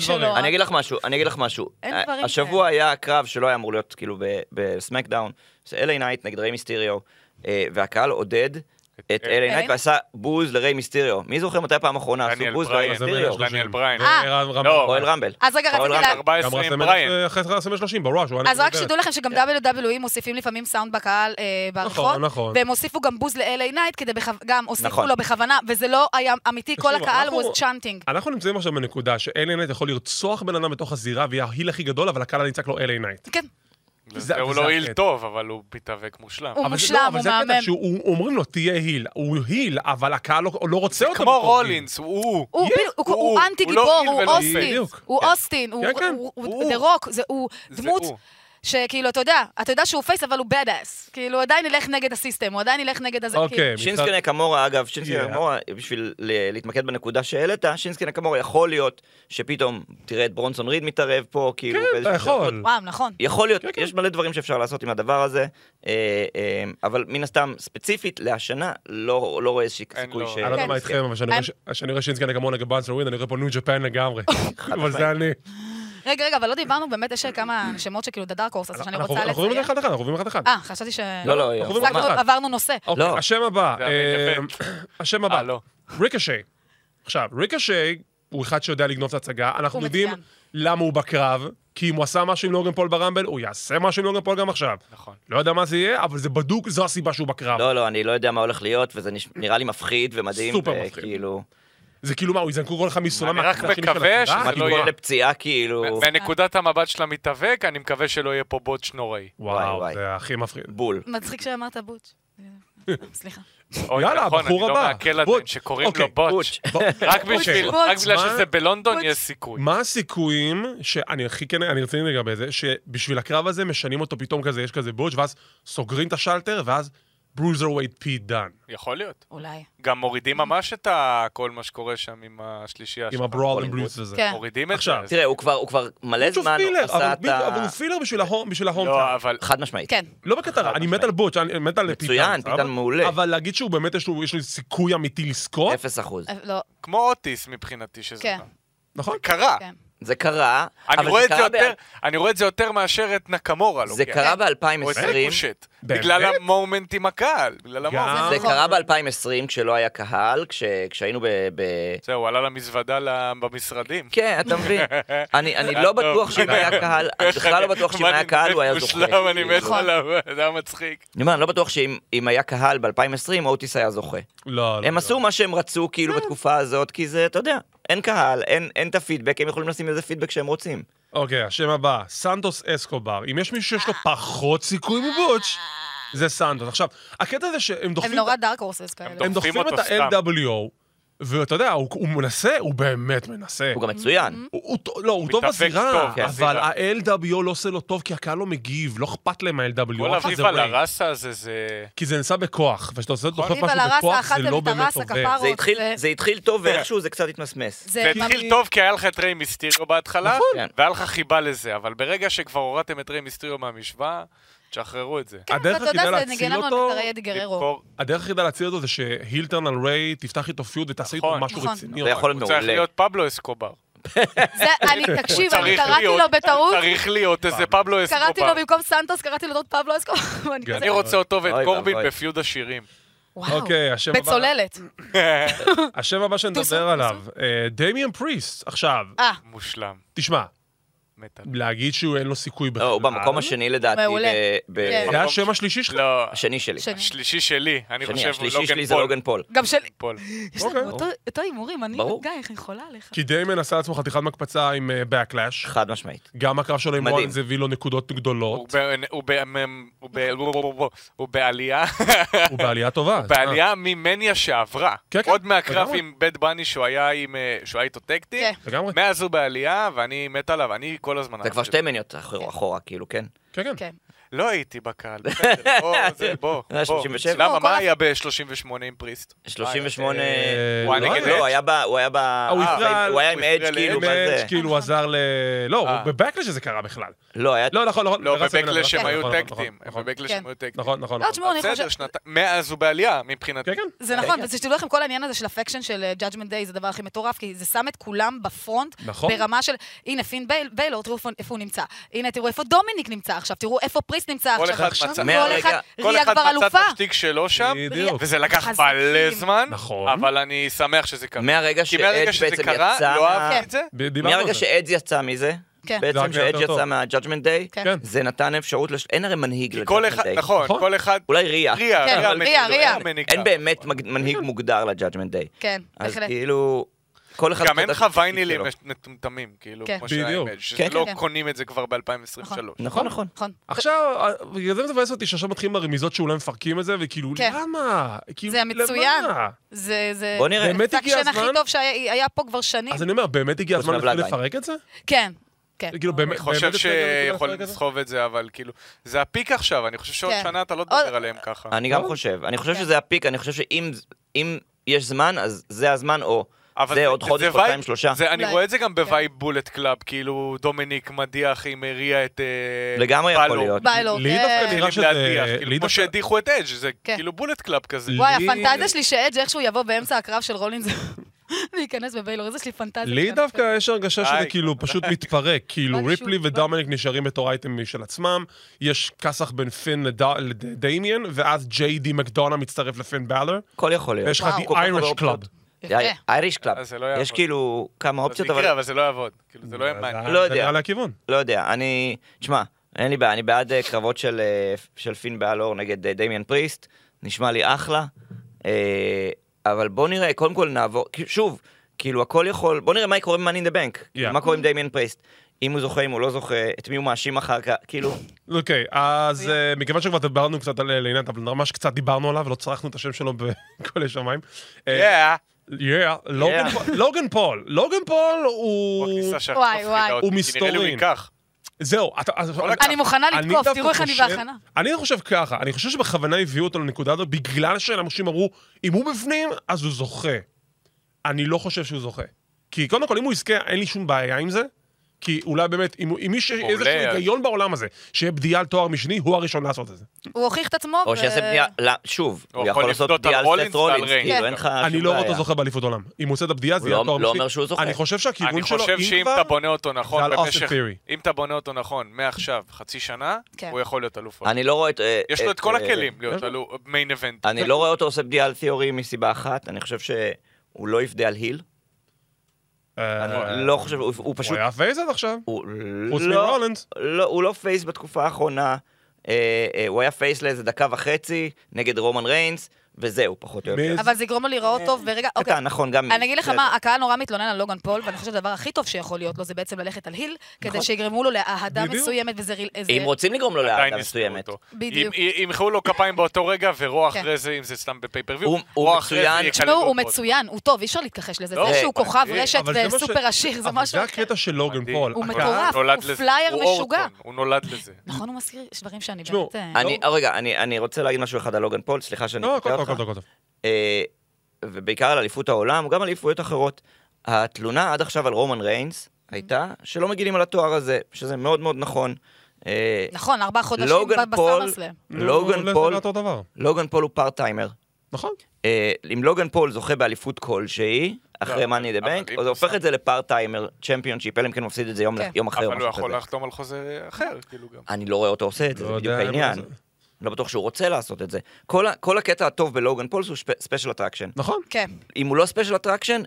D: שני דברים.
E: שלו,
G: אני אגיד לך משהו, אני אגיד לך משהו.
E: אין
G: ה-
E: דברים
G: השבוע היה הקרב שלא היה אמור להיות כאילו ב- בסמקדאון, זה אליי נייט נגד ריי מיסטיריו, אה, והקהל עודד את אליי נייט
E: אה.
G: ועשה בוז לריי מיסטיריו. מי זוכר מתי הפעם האחרונה עשו
F: דניאל
G: בוז לריי
F: בריין,
D: אז זה בין
G: מיסטיריו?
F: דניאל
D: השלושים.
F: בריין.
E: אה.
D: ורן רמבל.
F: לא,
G: אוהל רמבל.
E: אז רגע,
G: אוהל
E: רציתי
G: רמבל.
E: לה-
D: גם
F: 14 עם
D: רסמל
F: בריין.
D: אה, אחרי 30 בראש, הוא היה
E: אז רק
D: נגמרת.
E: שתדעו לכם שגם WWE מוסיפים לפעמים סאונד בקהל אה, ברחוב,
D: כן. נכון.
E: והם הוסיפו גם בוז ל-LA נייט, כדי בכו- גם הוסיפו
G: נכון.
E: לו בכוונה, וזה לא היה אמיתי, כל
D: תקשיבו,
E: הקהל
D: אנחנו-
E: was chanting.
D: אנחנו נמצאים עכשיו בנקודה שאלי נייט יכול לרצוח בן אדם בתוך הזירה, ויהיה ההיל הכי גדול, אבל הקהל נצעק לו אלי נייט.
E: כן,
D: זה-
F: זה הוא
D: זה
F: לא
D: הקטע.
F: איל טוב, אבל הוא מתאבק מושלם.
E: הוא
D: אבל זה-
E: מושלם,
D: לא,
E: הוא
D: אבל זה
E: מהמם.
D: הקטע שאומרים לו, תהיה היל. הוא היל, אבל הקהל לא לא רוצה אותו.
F: כמו
D: בתור היל.
F: רולינס, הוא.
E: הוא
F: הוא-
E: בדיוק, הוא-
F: הוא-
E: הוא אנטי
F: הוא לא
E: גיבור,
F: איל
E: הוא
F: ולא
E: אוסטין,
D: בדיוק.
E: הוא
F: כן.
E: אוסטין, הוא-
D: כן, כן.
E: הוא- הוא
F: הוא.
E: דה רוק, זה- הוא
F: זה
E: דמות
F: הוא.
E: שכאילו, אתה יודע, אתה יודע שהוא פייס, אבל הוא bad ass. כאילו, הוא עדיין ילך נגד הסיסטם, הוא עדיין ילך נגד הזה. כאילו.
D: אוקיי,
G: שינסקי
D: מתחר-
G: נקמורה, אגב, שינסקי
D: Yeah.
G: נקמורה, בשביל ל- להתמקד בנקודה שהעלית, שינסקי נקמורה יכול להיות שפתאום תראה את ברונסון ריד מתערב פה, כאילו...
D: כן, אתה
G: באיזשהו-
D: יכול.
E: וואו, נכון.
G: יכול להיות, יש מלא דברים שאפשר לעשות עם הדבר הזה, אה, אה, אבל מן הסתם, ספציפית, להשנה, לא לא רואה איזשהו
F: אין,
G: סיכוי
F: לא.
G: ש...
D: אני לא יודע
E: כן.
D: מה איתכם, אבל כשאני רואה ש- כשאני רואה שינסקי נגמון נגד באנסון ווין, אני רואה פה ניו ג'פן לגמרי. אבל זה אני.
E: רגע, רגע, אבל לא דיברנו, באמת, יש כמה שמות שכאילו, דה דארק הורס, אז שאני
D: אנחנו
E: רוצה
D: אנחנו עוברים את זה
E: לציין.
D: אחד-אחד, אנחנו עוברים אחד-אחד.
E: אה, חשבתי ש...
G: לא, לא,
D: אנחנו
G: יום.
D: עוברים
E: עסקנו-
D: אחד-אחד.
E: עברנו נושא.
D: אוקיי,
G: לא.
D: השם הבא.
F: זה הרי
D: אה, השם
F: אה,
D: הבא.
F: לא.
D: ריקושי. עכשיו, ריקושי הוא אחד שיודע לגנוב את ההצגה, אנחנו
E: הוא
D: יודעים
E: מצוין.
D: למה הוא בקרב, כי אם הוא עשה משהו עם לוגן פול ברמבל, הוא יעשה משהו עם לוגן פול גם עכשיו.
F: נכון.
D: לא יודע מה זה יהיה, אבל זה בדוק, זו הסיבה שהוא בקרב.
G: לא, לא, אני לא יודע מה הולך להיות, וזה נש- נראה לי מפחיד ומדהים.
D: סופר
G: אה,
D: מפחיד.
G: כאילו,
D: זה כאילו מה, הוא יזנקו כל אחד מסולם
F: אני רק
D: מהכיוון השני
F: מקווה
D: של
F: שזה
D: הסירה?
F: לא
D: כאילו,
F: יהיה.
G: מתכון לפציעה, כאילו,
F: מנקודת המבט של המתאבק, אני מקווה שלא יהיה פה בוטש נוראי.
D: וואו,
G: וואי,
D: זה הכי מפחיד.
G: בול.
E: מצחיק שאמרת בוטש. סליחה.
F: אוי,
D: יאללה,
F: נכון,
D: הבחור
F: אני
D: הבא.
F: לא מעכל על זה
D: בוטש.
F: שקוראים
D: אוקיי,
F: לו בוטש.
G: בוטש.
D: בוא-
F: רק
D: אוקיי.
F: בשביל,
E: בוטש.
F: רק בגלל
D: מה-
F: שזה בלונדון
E: בוטש.
F: יש סיכוי.
D: מה הסיכויים, שאני הכי כן, אני רציני לגבי זה, שבשביל הקרב הזה משנים אותו פתאום כזה, יש כזה בוטש, ואז סוגרים את השלטר, ואז ברוזר ווייד פי דן,
F: יכול להיות.
E: אולי.
F: גם מורידים ממש את ה- כל מה שקורה שם עם השלישייה
D: עם
F: שלך.
D: הברול
G: הוליווד.
D: ברוס וזה.
E: כן.
F: מורידים את זה.
D: עכשיו,
F: אז-
G: תראה, הוא כבר- הוא כבר מלא
D: בוטש הוא
G: זמן
D: פילר, אבל
G: עשה את
D: בדיוק, אבל
G: ה...
D: הוא פילר בשביל ההום, בשביל ההום
F: לא,
D: טאון.
F: אבל...
G: חד משמעית.
E: כן.
D: לא בקטרה, אני מת על בוטש, אני מת על פיטן.
G: מצוין,
D: סבבה?
G: פיטן מעולה.
D: אבל להגיד שהוא באמת, יש לו יש לו סיכוי אמיתי לזכות,
G: אפס אחוז.
E: אה, לא,
F: כמו אוטיס מבחינתי שזה
E: כן,
F: גם.
D: נכון?
F: קרה.
E: כן.
G: זה קרה,
F: אני רואה
G: אבל
F: את זה
G: זה קרה
F: יותר, כן.
G: ב-
F: אני רואה את זה יותר מאשר את נקמורה לוקח.
G: זה קרה
F: או את
G: ב-2020,
F: ריקושט.
D: באמת?
F: בגלל המומנט עם הקהל. בגלל
D: גם-
F: המומנט.
G: זה
E: נכון.
G: קרה ב-2020 כשלא היה קהל, כש- כשהיינו ב- ב...
F: זהו, הוא עלה למזוודה ל- במשרדים.
G: כן, אתה מבין. אני, אני
F: היה
G: לא
F: טוב.
G: בטוח שאם היה קהל, אני בכלל לא בטוח שאם
F: מה,
G: היה
F: אני
G: קהל
F: מת
G: הוא היה זוכה.
F: מושלם, אני מת
E: נכון.
G: כאילו.
F: עליו, זה היה מצחיק.
G: אני אומר, אני לא בטוח שאם אם היה קהל ב-2020, אוטיס היה זוכה.
D: לא, לא.
G: הם
D: לא.
G: עשו מה שהם רצו, כאילו, בתקופה הזאת, כי זה, אתה יודע, אין קהל, אין אין את הפידבק, הם יכולים לשים איזה פידבק שהם רוצים.
F: כן.
D: אוקיי, השם הבא, סנטוס אסקובר. אם יש מישהו שיש לו פחות סיכוי מבוטש, זה סנטוס. עכשיו, הקטע זה שהם
E: הם
D: דוחפים...
E: נורא דארק הורסס כאלה.
D: הם
F: דוחפים
D: דוחפים את
F: אותו סתם.
D: ה-NWO, ואתה יודע, הוא הוא מנסה, הוא באמת מנסה.
G: הוא גם מצוין.
D: הוא- הוא טוב- לא, הוא טוב
F: מתאפק
D: בזירה,
F: טוב, כן,
D: אבל
F: בזירה.
D: ה-LWO לא עושה לו טוב כי הקהל לא מגיב, לא אכפת להם מה-LWO.
F: כל אביב על הרסה הזה, זה...
D: כי זה נעשה בכוח, וכשאתה עושה דוחף
E: אביב
D: משהו
E: על הרסה,
D: בכוח, זה
E: אכלתם
D: לא
E: את
D: באמת
E: הרסה,
D: עובד.
E: כפרה.
G: זה התחיל-
E: זה-
G: זה התחיל טוב, ואיכשהו זה קצת התמסמס.
F: זה התחיל טוב כי היה לך את ריי מיסטריו בהתחלה,
E: כן.
G: נכון.
F: והיה לך חיבה לזה, אבל ברגע שכבר הורדתם את ריי מיסטריו מהמשוואה, תשחררו את זה.
E: כן,
D: הדרך
E: אבל אתה
D: היחידה
E: יודע, זה
D: להציל
E: ניגן לנו
D: אותו-
E: על מטרי אד גררו.
F: לבחור-
D: הדרך היחידה להציל אותו זה שהילטרן על ריי, תפתח איתו פיוד ותעשה איתו
F: נכון.
D: משהו
E: נכון.
D: רציני.
G: זה יכול להיות
F: הוא צריך
G: מעולה.
F: להיות פבלו אסקובר.
E: זה- אני, תקשיב, אני
F: צריך
E: קראתי
F: להיות-
E: לו בטעות,
F: צריך להיות איזה פבלו
E: קראתי לו
F: אסקובר.
E: במקום סנטוס, קראתי לו דוד פבלו אסקובר, ואני כזה,
F: אני רוצה אותו ואת
G: אוי
F: קורבין
G: ואבוי.
F: בפיוד השירים.
E: וואו,
D: אוקיי, השם הבא.
E: בצוללת.
D: השם הבא שנדבר
E: טוסו,
D: עליו, אה, דמיאן פריסט. עכשיו,
E: אה,
F: מושלם.
D: תשמע,
F: מת עליו.
D: להגיד שהוא אין לו סיכוי בכלל.
G: לא, הוא במקום השני לדעתי,
E: מעולה.
G: ב- ב-
E: כן.
D: זה השם השלישי שלך.
F: לא,
G: השני שלי.
E: שני.
F: השלישי שלי, אני
G: השני,
F: חושב הוא
G: השלישי שלי זה
F: לוגן
G: לוגן פול.
E: גם של...
F: פול.
E: יש לנו
D: אוקיי.
E: אותו- אותו הימורים, אני
G: ברור.
E: גיא, איך אני חולה עליך.
D: כי דיימן עשה לעצמו חתיכת מקפצה עם בקלאש.
G: חד משמעית.
D: גם הקרב שלו עם
G: מדהים.
D: רולינס הביא לו נקודות
F: הוא
D: גדולות.
F: ב- הוא ב- הוא ב- הוא בעלייה,
D: הוא בעלייה טובה. אז מה?
F: בעלייה ממניה שעברה.
D: כן, כן,
F: עוד מהקרב
D: לגמרי.
F: עם בית בני שהוא היה עם, אה, שהוא היה איתו טקטי.
E: כן.
D: אה, לגמרי.
F: מאז הוא בעלייה, ואני מת עליו, אני כל הזמן...
G: זה כבר שתי מניות אחורה, אחורה, כאילו, כן.
D: כן, כן.
E: כן.
F: לא הייתי בקהל, בסדר, בוא, זה, בוא,
G: זה היה
F: בוא.
G: 37.
E: לא,
F: למה,
E: כל
F: מה
E: אף-
F: היה ב-38 עם פריסט?
G: 38...
D: אה,
F: הוא היה
D: לא
F: נגד
D: היה.
G: לא, הוא היה ב... הוא היה ב...
D: הוא
G: אה,
D: הפריע-
G: הוא היה עם
F: הוא הפריע
G: אדג' כאילו, מה
D: מאץ',
G: זה?
D: כאילו הוא עזר ל... לא,
F: אה.
D: בבקלאש זה קרה בכלל.
G: לא, היה...
D: לא, נכון, נכון.
F: לא,
D: לרס אבן
F: בבקלש
D: אדם,
F: הם היו
D: נכון, נכון,
F: טקטים, הם
D: נכון,
F: בבקלש
E: כן.
F: הם היו טקטים.
D: נכון, נכון.
E: לא,
D: נכון.
E: תשמעו, אני
F: בסדר,
E: חושבת...
F: שנתיים, מאז הוא בעלייה, מבחינתי.
D: כן, כן.
E: זה נכון, וזה שתדעו לכם, כל העניין הזה של הפקשן של אה, Judgment Day זה הדבר הכי מטורף, כי זה שם את כולם בפרונט,
D: נכון.
E: ברמה של, הנה פין בייל- ביילור, תראו איפה- איפה הוא נמצא, הנה תראו איפה דומיניק נמצא עכשיו, תראו איפה פריסט נמצא
F: כל
E: עכשיו,
F: אחד
E: עכשיו
F: מצא-
E: כל
G: מהרגע-
E: אחד,
F: כל
E: ריה
F: אחד
E: כבר
F: מצא את
E: אלופה.
F: השטיק שלו שם,
D: כן. בדיוק.
F: וזה לקח
E: חזקים.
F: מלא זמן,
D: נכון.
F: אבל אני שמח שזה קרה.
G: מהרגע
F: כי
G: שאדג'
F: מהרגע
G: בעצם
F: שזה קרה,
G: יצא...
F: לא אהבתי
G: מה-
F: את זה.
D: ב- דיברנו על
G: מהרגע
D: זה.
G: שאדג' יצא מזה,
E: כן. זה
D: רק
G: בעצם
D: יותר
G: שאדג'
D: טוב.
G: יצא מה-Judgment Day,
E: כן.
G: זה נתן אפשרות לש... אין הרי מנהיג
F: כי כל אחד,
G: ל-Judgment Day.
F: נכון,
D: נכון.
F: כל אחד...
G: אולי ריה.
F: ריה,
E: כן,
F: ריה,
E: אבל
F: מניקה,
E: ריה,
F: לא,
E: ריה.
F: מניקה.
G: אין באמת מג- מנהיג מוגדר ל-Judgment Day.
E: כן,
G: אז
E: בהחלט.
G: כאילו... כל אחד...
F: גם אין
G: חדש
F: לך
G: בתפקיד
F: ויינילים
G: שלו.
F: מטומטמים, כאילו,
E: כן.
F: כמו שהיה
D: בדיוק.
F: עם אדג',
G: כן,
F: שלא
E: כן.
F: קונים את זה כבר ב-2023.
G: נכון, נכון.
E: נכון.
D: עכשיו, בגלל זה מבאס אותי שעכשיו מתחילים ברמיזות שאולי מפרקים את זה, וכאילו,
E: כן.
D: למה? כאילו,
E: זה המצוין.
D: למה?
E: זה, זה...
G: בוא נראה.
D: באמת
E: זה
D: הגיע
E: הסקשן
D: הזמן?
E: הכי טוב שהיה היה פה כבר שנים.
D: אז אני אומר, באמת הגיע
G: חוץ
D: הזמן להתחיל
G: מהבלאדליין.
D: לפרק את זה?
E: כן, כן.
D: כאילו, באמת,
F: אני חושב
D: באמת התחיל
F: שיכולים
D: לפרק את זה?
F: לסחוב את זה, אבל כאילו, זה הפיק עכשיו, אני חושב שעוד
E: כן.
F: שנה אתה לא
E: עוד-
F: תדבר עליהם ככה.
G: אני גם חושב. אני
E: כן.
G: חושב שזה הפיק, אני חושב שאם אם יש זמן, אז זה הזמן, או
F: אבל
G: זה עוד חודש,
F: וייב-
G: חודשיים, שלושה.
F: זה- אני
E: אולי.
F: רואה את זה גם
E: כן.
F: בווייב בולט קלאב, כאילו דומיניק מדיח עם הריה את... אה,
G: לגמרי יכול
F: בלו.
G: להיות.
E: ביילור.
D: לי
E: כן.
D: דווקא נראה
F: מתחילים
D: שזה-
F: להדיח, כאילו,
D: לי
F: כמו
D: דווקא-
F: שהדיחו את אדג', זה
E: כן.
F: כאילו בולט קלאב כזה.
D: לי-
E: וואי, הפנטזיה שלי שאדג' איכשהו יבוא באמצע הקרב של רולינס וייכנס בביילור, איזה שלי פנטזיה.
D: לי
E: כן.
D: דווקא יש הרגשה שזה
F: איי,
D: כאילו פשוט מתפרק, כאילו
E: בא לי שוב,
D: ריפלי
E: בא לי.
D: ודומניק נשארים בתור אייטם משל עצמם, יש כסח בין פין לד- לדמיאן, ואז ג'יי די מקדונה מצטרף לפין באלר,
F: אה,
G: הכל יכול להיות.
D: ויש לך
E: וואו.
D: The Irish Club.
E: יפה.
G: אייריש קלאב.
F: אז זה לא יעבוד.
G: יש כאילו כמה
F: זה
G: אופציות,
F: יקרה,
G: אבל
F: אבל זה לא יעבוד. כאילו, זה לא יהיה מעניין.
G: לא
D: אה, זה
G: יודע.
D: נראה לי הכיוון.
G: לא יודע. אני... תשמע, אין לי בעיה, אני בעד אה, קרבות של אה, של פין באלור נגד אה, דמיאן פריסט. נשמע לי אחלה. אה, אבל בוא נראה, קודם כל נעבור... כאילו, שוב, כאילו הכל יכול... בוא נראה מה קורה עם Money in the Bank. כאילו, מה קורה עם דמיאן פריסט. אם הוא זוכה, אם הוא לא זוכה, את מי הוא מאשים אחר כך, כאילו...
D: אוקיי, אז אה, מכיוון שכבר דיברנו קצת על אה, לעניין, אבל ממש קצת דיברנו עליו, ולא צרכנו את השם שלו בכל השמיים. אה,
F: Yeah.
D: Yeah, לוגן
G: Yeah.
D: פול- לוגן פול. לוגן פול
F: הוא
D: הוא...
F: הכניסה שהכי
E: וואי,
F: מפחידה
E: וואי.
F: אותי,
D: הוא
F: כי נראה לי הוא
D: מסתורין.
F: ייקח.
D: זהו, אתה... אז-
F: הכבוד.
E: אני מוכנה
D: אני
E: לתקוף,
D: דווקא
E: תראו איך אני
D: חושב-
E: בהכנה.
D: אני חושב ככה, אני חושב שבכוונה הביאו אותו לנקודה הזאת בגלל שאנשים אמרו, אם הוא בפנים, אז הוא זוכה. אני לא חושב שהוא זוכה. כי קודם כל, אם הוא יזכה, אין לי שום בעיה עם זה, כי אולי באמת, אם, אם יש איזשהו
F: אז-
D: היגיון בעולם הזה, שיהיה בדיעה על תואר משני, הוא הראשון לעשות את זה.
E: הוא הוכיח את עצמו.
G: או
E: ו-
G: שיעשה בנייה, לא, שוב,
F: הוא
G: הוא
F: יכול
G: יכול לעשות
F: לפדות על
G: בנייה על
F: רולינס
G: סט
F: ועל
G: רולינס,
F: ריינס.
E: כן.
G: כאילו, אין לך שום בעיה.
D: אני לא רואה אותו זוכה באליפות עולם. אם הוא עושה את הבדיעה, זה
G: הוא
D: יהיה
G: לא-
D: תואר משני.
G: לא אומר שהוא זוכה.
D: אני חושב שהכיוון
F: אני
D: שלו,
F: חושב
D: אם
F: שאם
D: כבר,
F: אתה בונה אותו נכון
D: על Austin
F: במשך...
D: Theory.
F: אם אתה בונה אותו נכון מעכשיו, חצי שנה,
E: כן.
F: הוא יכול להיות אלוף.
G: אני לא רואה את... אה,
F: יש לו את כל
G: אה,
F: הכלים להיות אלוף, מיין איבנט.
G: אני לא רואה אותו עושה בדיעה על תיאורי מסיבה אחת, אני חושב שהוא לא יפדה על היל.
D: אה,
G: אני לא חושב, הוא- הוא
D: הוא
G: פשוט...
D: היה פייס עד עכשיו.
G: הוא
D: חוץ
G: לא-
D: מרולינס.
G: לא, הוא לא פייס בתקופה האחרונה. אה, אה, הוא היה פייס לאיזה דקה וחצי נגד רומן ריינס, וזהו, פחות או יותר.
D: מי-
E: אבל זה יגרום לו להיראות טוב ברגע... אוקיי.
G: קטן, נכון, גם...
E: אני אגיד לך
G: בסדר.
E: מה, הקהל נורא מתלונן על לוגן פול, ואני חושבת שהדבר הכי טוב שיכול להיות לו זה בעצם ללכת על היל, כדי שיגרמו לו לאהדה
D: בדיוק.
E: מסוימת וזה... ריל- איזה-
G: אם רוצים לגרום לו
F: עדיין
G: לאהדה
F: יסתרו
G: מסוימת.
F: אותו.
E: בדיוק.
F: אם- אם- ימחאו לו כפיים באותו רגע, ורוע
E: כן.
F: אחרי זה, אם זה סתם בפייפריוויו,
G: הוא- הוא
F: רוע אחרי זה
G: מצוין.
F: יקללו
E: תשמעו, הוא
F: אותו.
E: מצוין, הוא טוב, אי אפשר להתכחש לזה.
F: לא,
E: זה שהוא
F: אבל-
E: כוכב
F: אה,
E: רשת
D: אבל זה מה ש-
E: וסופר עשיר, זה
D: אבל
E: משהו
D: זה
E: אחר.
D: הקטע של לוגן
F: מדהים.
D: פול. אה,
E: הוא
D: הקהל-
E: מטורף.
F: נולד
E: הוא
F: לזה.
E: פלייר
F: הוא אורטון,
E: משוגע.
F: הוא נולד לזה.
E: נכון, הוא מזכיר דברים שאני
D: תשמעו,
E: באמת... אה,
G: אני, אה, רגע, אני, אני רוצה להגיד משהו אחד על לוגן פול, סליחה שאני
D: לא,
G: קוטע
D: הכל טוב,
G: אותך.
D: הכל טוב, הכל טוב.
G: אה, ובעיקר על אליפות העולם, גם על אליפויות אחרות. התלונה עד עכשיו על רומן ריינס הייתה שלא מגינים על התואר הזה, שזה מאוד מאוד נכון. אה,
E: נכון, ארבעה חודשים
G: לוגן פול,
E: בסאמרסלאם.
F: לא,
D: נו,
G: לוגן פול,
D: זה אותו דבר.
G: לוגן פול הוא פארט טיימר.
D: נכון.
G: אה, אם לוגן פול זוכה באליפות כלשהי, אחרי
F: אבל-
G: מאני דה
F: לא, אבל
G: בנק,
F: אם
G: זה
F: הוא
G: הופך
F: שם-
G: את זה לפארט טיימר צ'מפיונשיפ, אלא אם כן הוא מפסיד את זה יום
E: כן.
G: יום אחרי או
F: אבל הוא
G: משהו
F: יכול
G: כזה.
F: לחתום על חוזה אחר, כאילו גם.
G: אני לא רואה אותו עושה את זה,
D: לא
G: זה
D: יודע,
G: בדיוק
D: אני לא
G: העניין.
D: יודע.
G: לא בטוח שהוא רוצה לעשות את זה. כל ה- כל הקטע הטוב בלוגן פול הוא ספיישל אטרקשן.
D: נכון.
E: כן,
G: אם הוא לא ספיישל אטרקשן,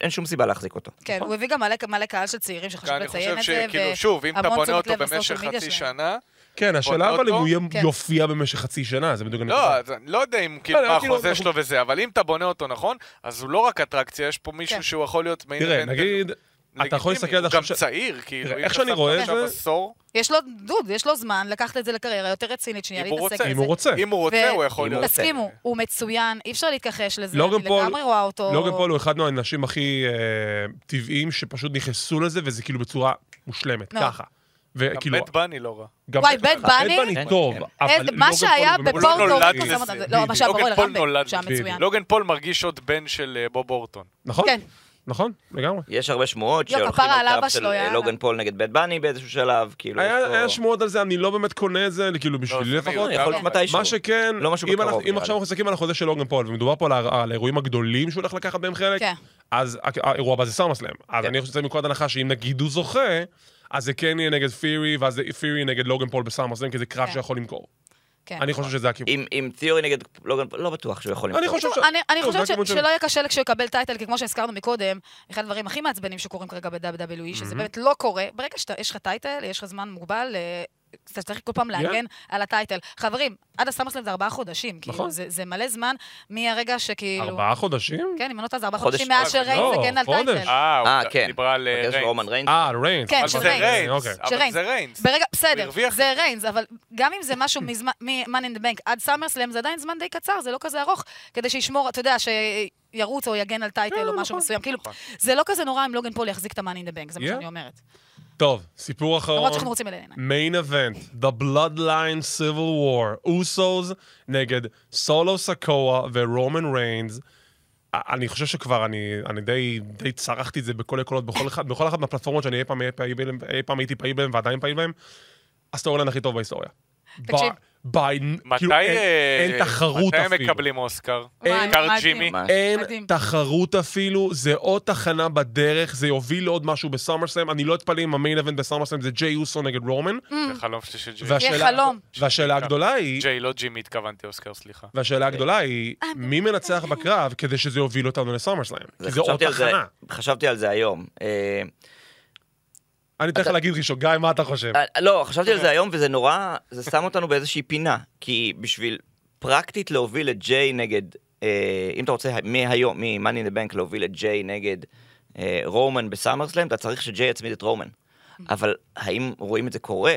G: אין שום סיבה להחזיק אותו.
E: כן, הוא הביא גם מלא- מלא קהל של צעירים שחשוב
F: כן, אני
E: לציין
F: חושב
E: את זה,
F: שכאילו, שוב, אם אתה
E: והמון
F: בונה
E: תשומת
F: אותו
E: לב לסושיאל
F: במשך
E: מדיה
F: חצי
E: שלהם.
F: שנה,
D: כן, השאלה אבל אם
F: אותו?
D: הוא יהיה-
E: כן.
D: יופיע במשך חצי שנה, זה בדיוק הנקודה.
F: לא, אז אני לא יודע אם כאילו
D: לא,
F: מה
D: כאילו,
F: החוזה
D: אנחנו-
F: שלו וזה, אבל אם אתה בונה אותו נכון, אז הוא לא רק אטרקציה, יש פה
E: כן.
F: מישהו שהוא יכול להיות מיין
D: תראה,
F: איבנט
D: נגיד, אתה יכול
F: לגיטימי,
D: להסתכל על
F: הוא
D: עכשיו...
F: גם
D: ש-
F: צעיר, כאילו,
D: תראה,
F: אם
D: איך שאני
F: אתה שם
D: רואה את
F: עכשיו
D: זה-
F: עשור,
E: יש לו, דוד, יש לו זמן לקחת את זה לקריירה יותר רצינית, שנייה
F: אם הוא
E: להתעסק
F: רוצה.
E: בזה.
D: אם הוא רוצה.
F: אם הוא רוצה,
E: ו-
F: הוא יכול
G: אם
F: להיות...
G: הוא רוצה.
E: תסכימו, הוא מצוין, אי אפשר להתכחש לזה,
D: כאילו, אוקיי. לוגן
E: אני
D: פול-
E: לגמרי רואה אותו.
D: לוגן פול הוא אחד מהאנשים הכי אה, טבעיים שפשוט נכנסו לזה, וזה כאילו בצורה מושלמת,
E: נו.
D: ככה.
F: גם
D: וכאילו,
F: בית בני לא רע.
D: גם
E: וואי, בד בני?
D: בני טוב,
G: כן.
D: אבל
E: אין- מה
D: לוגן
E: שהיה
D: פול הוא באמת-
F: הוא לא
E: בפורטו,
F: נולד
E: הוא שם אותם,
F: לזה.
E: לא, מה שהיה
F: לוגן
E: בורא
F: פול
E: לרמבל,
F: נולד
E: שהיה
F: לזה.
E: מצוין.
F: לוגן פול מרגיש עוד בן של אה, בוב אורטון.
D: נכון,
E: כן.
D: נכון, לגמרי.
G: יש הרבה שמועות
E: יו,
G: שהולכים
E: לא, כפרה על
G: על
E: אבא
G: קרב של
E: שלו,
G: אה,
E: יאללה.
G: לוגן פול נגד בית בני באיזשהו שלב, כאילו... יש
D: היה
G: פה- אה,
D: היה שמועות על זה, אני לא באמת קונה את זה, כאילו, בשבילי
F: זה
D: לפחות.
F: מיותר,
G: יכול להיות
E: אבל-
G: מתישהו.
D: מה שכן,
G: לא משהו
D: אם
G: בקרוב,
D: אנחנו-
G: נראה
D: אם עכשיו
G: לי.
D: אנחנו מסתכלים על החוזה של לוגן פול, ומדובר פה על ה- על האירועים הגדולים שהוא הולך לקחת בהם חלק,
E: כן.
D: אז הק- האירוע הבא זה סאמרסלאם. אז
G: כן.
D: אני חושב שזה מנקודת הנחה שאם נגיד הוא זוכה, אז זה כן יהיה נגד פירי, ואז זה פירי נגד לוגן פול בסאמרסלאם, כי זה קרב
E: כן.
D: שיכול למכור.
E: כן.
D: אני חושב שזה הכיוון.
G: אם- אם תיאורי נגד לוגן פול, לא בטוח שהוא יכול
D: אני
G: למכור.
D: חושב ש...
E: אני-
D: לא,
E: אני
D: זה
E: חושבת
D: הכיוון
E: ש-
D: שלי.
E: שלא יהיה קשה לו כשהוא יקבל טייטל, כי כמו שהזכרנו מקודם, אחד הדברים הכי מעצבנים שקורים כרגע ב-WWE, שזה באמת לא קורה, ברגע שיש לך טייטל, יש לך זמן מוגבל, אה, אתה צריך כל פעם להגן על הטייטל. חברים, עד הסמרסלאם זה ארבעה חודשים, כאילו,
D: נכון.
E: זה זה מלא זמן מהרגע שכאילו...
D: ארבעה חודשים?
E: כן, אם אני לא טועה, זה ארבעה
G: חודש-
E: חודשים מאז
F: לא,
E: שריינס הגן על
D: חודש.
E: טייטל.
F: אה,
G: אה,
F: הוא
G: כן.
F: דיברה על אה,
G: בקטע של רומן
F: ריינס.
G: ריינס.
D: אה, ריינס.
E: כן,
F: אבל
E: של
F: זה ריינס,
D: אוקיי.
F: אבל
E: שריינס.
F: זה ריינס.
E: ברגע, בסדר,
F: הרוויח
E: זה
F: את זה.
E: ריינס, אבל גם אם זה משהו מזמן- מ-Money in the Bank עד סאמרסלאם, זה עדיין זמן די קצר, זה לא כזה ארוך, כדי שישמור, אתה יודע, שירוץ או יגן על טייטל או
F: כן, נכון.
E: משהו מסוים. כאילו, זה לא כזה נורא אם לוגן פול יחזיק את ה-Money in the Bank, זה מה
D: Yeah.
E: שאני אומרת.
D: טוב, סיפור אחרון.
E: למרות שאנחנו רוצים אליהם עיניים.
D: מיין אבנט, The Bloodline Civil War, אוסוס נגד סולו סקואה ורומן ריינס. א- אני חושב שכבר, אני, אני די, די צרחתי את זה בכל הקולות, בכל, אחד- בכל אחת מהפלטפורמות שאני אי פעם, אי פעם, אי פעם הייתי פעיל בהם ועדיין פעיל בהם, הסטורי הכי טוב בהיסטוריה.
E: תקשיב.
D: ביי,
F: מתי
D: כאילו, אין,
F: אה,
D: אין תחרות
F: מתי
D: אפילו.
F: הם מקבלים אוסקר?
D: אה,
E: וואי,
F: אוסקר
E: מדהים.
F: ג'ימי?
G: ממש.
D: אין
E: מדהים.
D: תחרות אפילו, זה עוד תחנה בדרך, זה יוביל לעוד משהו בסאמרסלאם, אני לא אתפלא אם המיין אבנט בסאמרסלאם זה ג'יי אוסו נגד רומן.
F: זה חלום שלי של ג'יי.
D: והשאלה-
E: חלום.
D: והשאלה
G: כן.
D: הגדולה היא,
F: ג'יי, לא ג'ימי התכוונתי, אוסקר, סליחה.
D: והשאלה הגדולה היא,
E: אה,
D: מי מנצח בקרב כדי שזה יוביל אותנו לסאמרסלאם? כי זה עוד
G: חשבתי על זה-
D: תחנה.
G: חשבתי על זה היום. אה,
D: אני אתן לך
G: אתה-
D: להגיד ראשון, גיא, מה אתה חושב?
G: אה, לא, חשבתי על זה היום, וזה נורא, זה שם אותנו באיזושהי פינה. כי בשביל פרקטית להוביל את ג'יי נגד, אה, אם אתה רוצה מהיום, מ-Money in the Bank להוביל את ג'יי נגד אה, רומן בסאמרסלאם, אתה צריך שג'יי יצמיד את רומן. אבל האם רואים את זה קורה?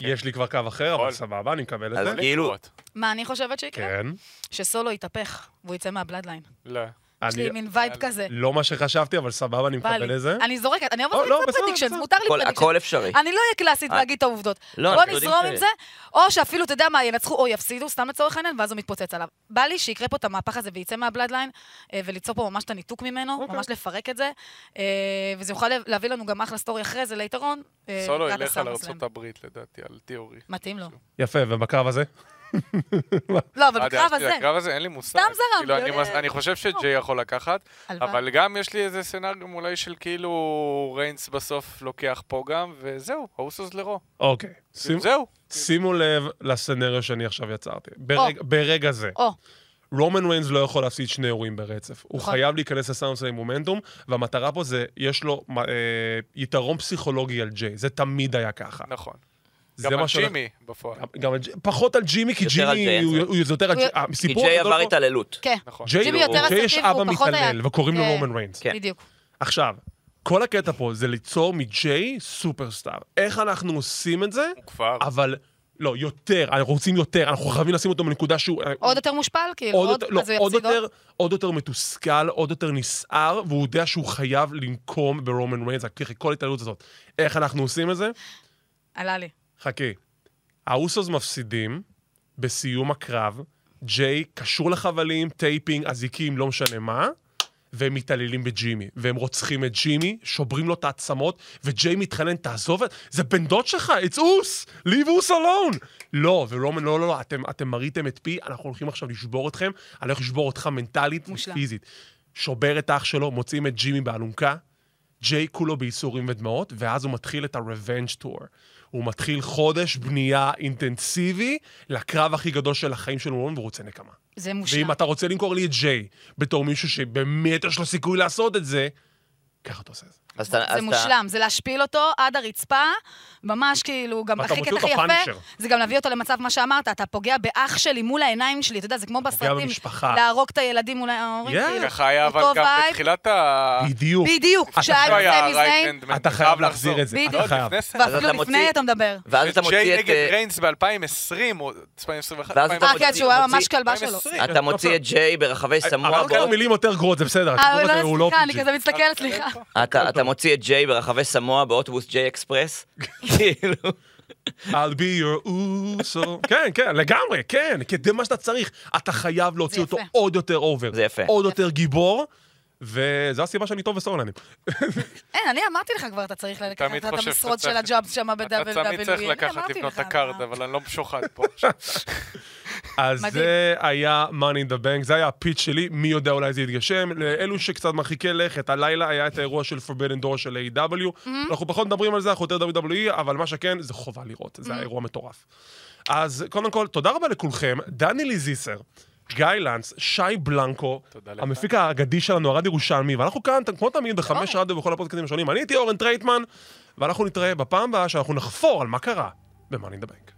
D: יש לי כבר קו אחר, אבל
F: יכול.
D: סבבה, אני מקבל את
G: אז
D: זה.
G: כאילו,
F: לקרות.
E: מה אני חושבת שיקרה?
D: כן.
E: שסולו יתהפך, והוא יצא מהבלאדליין.
F: לא.
E: יש לי
D: אני-
E: מין וייב כזה.
D: לא מה שחשבתי, אבל סבבה, אני
E: בא לי.
D: מקבל את זה.
E: אני זורקת, אני
D: לא,
E: אוהבת
D: לא,
E: לקרוא
D: בסדר,
E: פרדיקשן,
D: בסדר.
E: מותר לי
G: הכל-
E: פרדיקשן.
G: הכל אפשרי.
E: אני לא אהיה קלאסית
G: אה.
E: ואגיד את העובדות.
G: לא,
E: בוא
G: אנחנו יודעים
E: נזרום
G: ש-
E: עם זה, או שאפילו, אתה יודע מה, ינצחו או יפסידו, סתם לצורך העניין, ואז הוא מתפוצץ עליו. בא לי שיקרה פה את המהפך הזה וייצא מהבלאדליין, אה, וליצור פה ממש את הניתוק ממנו, ממש לפרק את זה, אה, וזה יוכל לב- להביא לנו גם אחלה סטורי אחרי זה ליתרון. אה,
F: סולו
E: לקראת
F: ילך על
E: הסאמרסלאם.
F: ארה"ב לדעתי, על תיאורי.
E: מתאים לו.
D: יפה, ובקרב הזה?
E: לא, אבל
F: אה,
E: בקרב
F: דעתי,
E: הזה,
F: הקרב הזה אין לי מושג.
E: סתם זרמתי,
F: כאילו, אני
E: עולה-
F: מס- אני חושב שג'יי יכול לקחת,
E: הלוואי.
F: אבל גם יש לי איזה סצנריו אולי של כאילו ריינס בסוף לוקח פה גם, וזהו, האוסוס לרו.
D: אוקיי. שימו-
F: זהו.
D: שימו לב לסצנריו שאני עכשיו יצרתי. ברגע- ברגע זה.
E: או,
D: רומן ריינס לא יכול להפסיד שני אירועים ברצף. הוא
E: נכון.
D: חייב להיכנס לסאונדסל עם מומנטום, והמטרה פה זה, יש לו אה, יתרון פסיכולוגי על ג'יי. זה תמיד היה ככה.
F: נכון.
D: זה
F: גם
D: מה
F: על
D: שהולך-
F: ג'ימי בפועל.
E: נכון.
D: גם- גם על ג'י- פחות על ג'ימי, כי
G: יותר על
D: ג'ימי
G: ג'יי,
D: הוא
G: זה.
D: הוא- הוא יותר על ג'יי.
E: הוא-
D: הסיפור
G: כי ג'יי
D: הגדול
G: עבר
D: פה-
G: התעללות.
E: כן.
F: נכון.
D: ג'יי
E: ג'ימי
D: לא,
E: יותר
D: ג'יי
E: אסרטיבי,
D: יש
E: הוא
D: אבא
E: פחות היה-
D: מתעלל, וקוראים לו
E: כן.
D: רומן ריינס.
G: כן.
E: בדיוק.
D: עכשיו, כל הקטע פה זה ליצור מג'יי סופרסטאר. איך אנחנו עושים את זה?
F: הוא כבר.
D: אבל, לא, יותר, אנחנו רוצים יותר, אנחנו חייבים לשים אותו בנקודה שהוא...
E: עוד יותר מושפל, כאילו,
D: עוד
E: עוד,
D: יותר, לא,
E: אז הוא
D: עוד
E: יפסיד
D: יותר, עוד יותר מתוסכל, עוד יותר נסער, והוא יודע שהוא חייב לנקום ברומן ריינס, אחרי כל ההתעללות הזאת. איך אנחנו עושים את זה?
E: עלה לי.
D: חכי. האוסוס מפסידים בסיום הקרב, ג'יי קשור לחבלים, טייפינג, אזיקים, לא משנה מה, והם מתעללים בג'ימי. והם רוצחים את ג'ימי, שוברים לו את העצמות, וג'יי מתחנן, תעזוב את... זה בן דוד שלך, it's אוס! leave us alone! לא, ורומן, לא, לא, לא, אתם, אתם מריתם את פי, אנחנו הולכים עכשיו לשבור אתכם, אני הולך לשבור אותך מנטלית
E: מושלם.
D: ופיזית. שובר את אח שלו, מוצאים את ג'ימי באלונקה, ג'יי כולו בייסורים ודמעות, ואז הוא מתחיל את ה-revenge tour. הוא מתחיל חודש בנייה אינטנסיבי לקרב הכי גדול של החיים של וורן, והוא רוצה נקמה.
E: זה
D: ואם
E: מושלם.
D: אתה רוצה למכור לי את ג'יי בתור מישהו שבאמת יש לו סיכוי לעשות את זה, ככה אתה עושה את זה.
G: אז אתה- אז
E: זה
G: אתה-
E: מושלם, זה להשפיל אותו עד הרצפה, ממש כאילו, גם
D: ואתה
E: הכי
D: מוציא
E: קטע הכי
D: אותו
E: יפה,
D: פאנצ'ר.
E: זה גם להביא אותו למצב, מה שאמרת, אתה פוגע באח שלי מול העיניים שלי, אתה יודע, זה כמו בסרטים,
D: במשפחה.
E: להרוג את הילדים מול ההורים,
D: Yeah.
E: כאילו,
F: ככה היה, אבל
E: אותו
F: גם
E: וייב,
F: בתחילת ה...
D: בדיוק.
E: בדיוק, שהיה
F: לא היה
E: יוצא מזיין,
F: right hand man,
D: אתה חייב להחזיר
F: לחזור.
D: את זה,
E: אתה
F: לא,
D: חייב.
F: לפני זה.
G: אז אתה
E: ואפילו לפני
G: מוציא-
E: אתה מדבר.
G: ואז אתה
F: ג'יי
G: מוציא את...
F: נגד
G: אה,
F: ריינס ב-2020, או 2021,
G: ואז אתה
E: אה,
G: מוציא-
E: כן, שהוא היה
G: מוציא-
E: ממש כלבה שלו.
F: 2020.
G: אתה מוציא את ג'יי ברחבי סמואה,
D: אמרת לו
G: בו-
D: לא מילים יותר גרועות, זה בסדר.
E: אה,
D: הסיפור הזה
E: לא,
D: הוא לא
E: סליחה, אני
D: PG.
E: כזה מסתכלת, סליחה.
G: אתה אתה מוציא את ג'יי ברחבי סמואה באוטובוס ג'יי אקספרס, כאילו,
D: I'll be your אוסו. כן, כן, לגמרי, כן, כי זה מה שאתה צריך. אתה חייב להוציא
E: זה
D: אותו
E: יפה.
D: עוד יותר אובר.
G: זה יפה.
D: עוד יותר גיבור, וזו הסיבה שאני טוב בסורלנים.
E: אין, אני אמרתי לך כבר, אתה צריך לקחת
F: תמיד
E: את
F: חושב
E: המשרות
F: שאתה
E: של
F: צריך-
E: הג'אבס שם ב-WWE.
F: אתה תמיד צריך לקחת לבנות את הקארד, אבל אני לא משוחד פה. עכשיו.
D: אז
E: מדהים.
D: זה היה Money in the Bank, זה היה הפיץ שלי, מי יודע אולי זה יתגשם. לאלו שקצת מרחיקי לכת, הלילה היה את האירוע של Forbidden Door של A.W. אנחנו פחות מדברים על זה, אנחנו יותר WWE, אבל מה שכן, זה חובה לראות, זה היה אירוע מטורף. אז קודם כל, תודה רבה לכולכם, דני ליזיסר. גיא לנץ, שי בלנקו,
F: תודה לך.
D: המפיק האגדי שלנו, ארד ירושלמי, ואנחנו כאן, כמו תמיד, בחמש רדיו ובכל הפודקאסטים השונים. אני הייתי אורן טרייטמן, ואנחנו נתראה בפעם הבאה שאנחנו נחפור על מה קרה ב-Money in the Bank.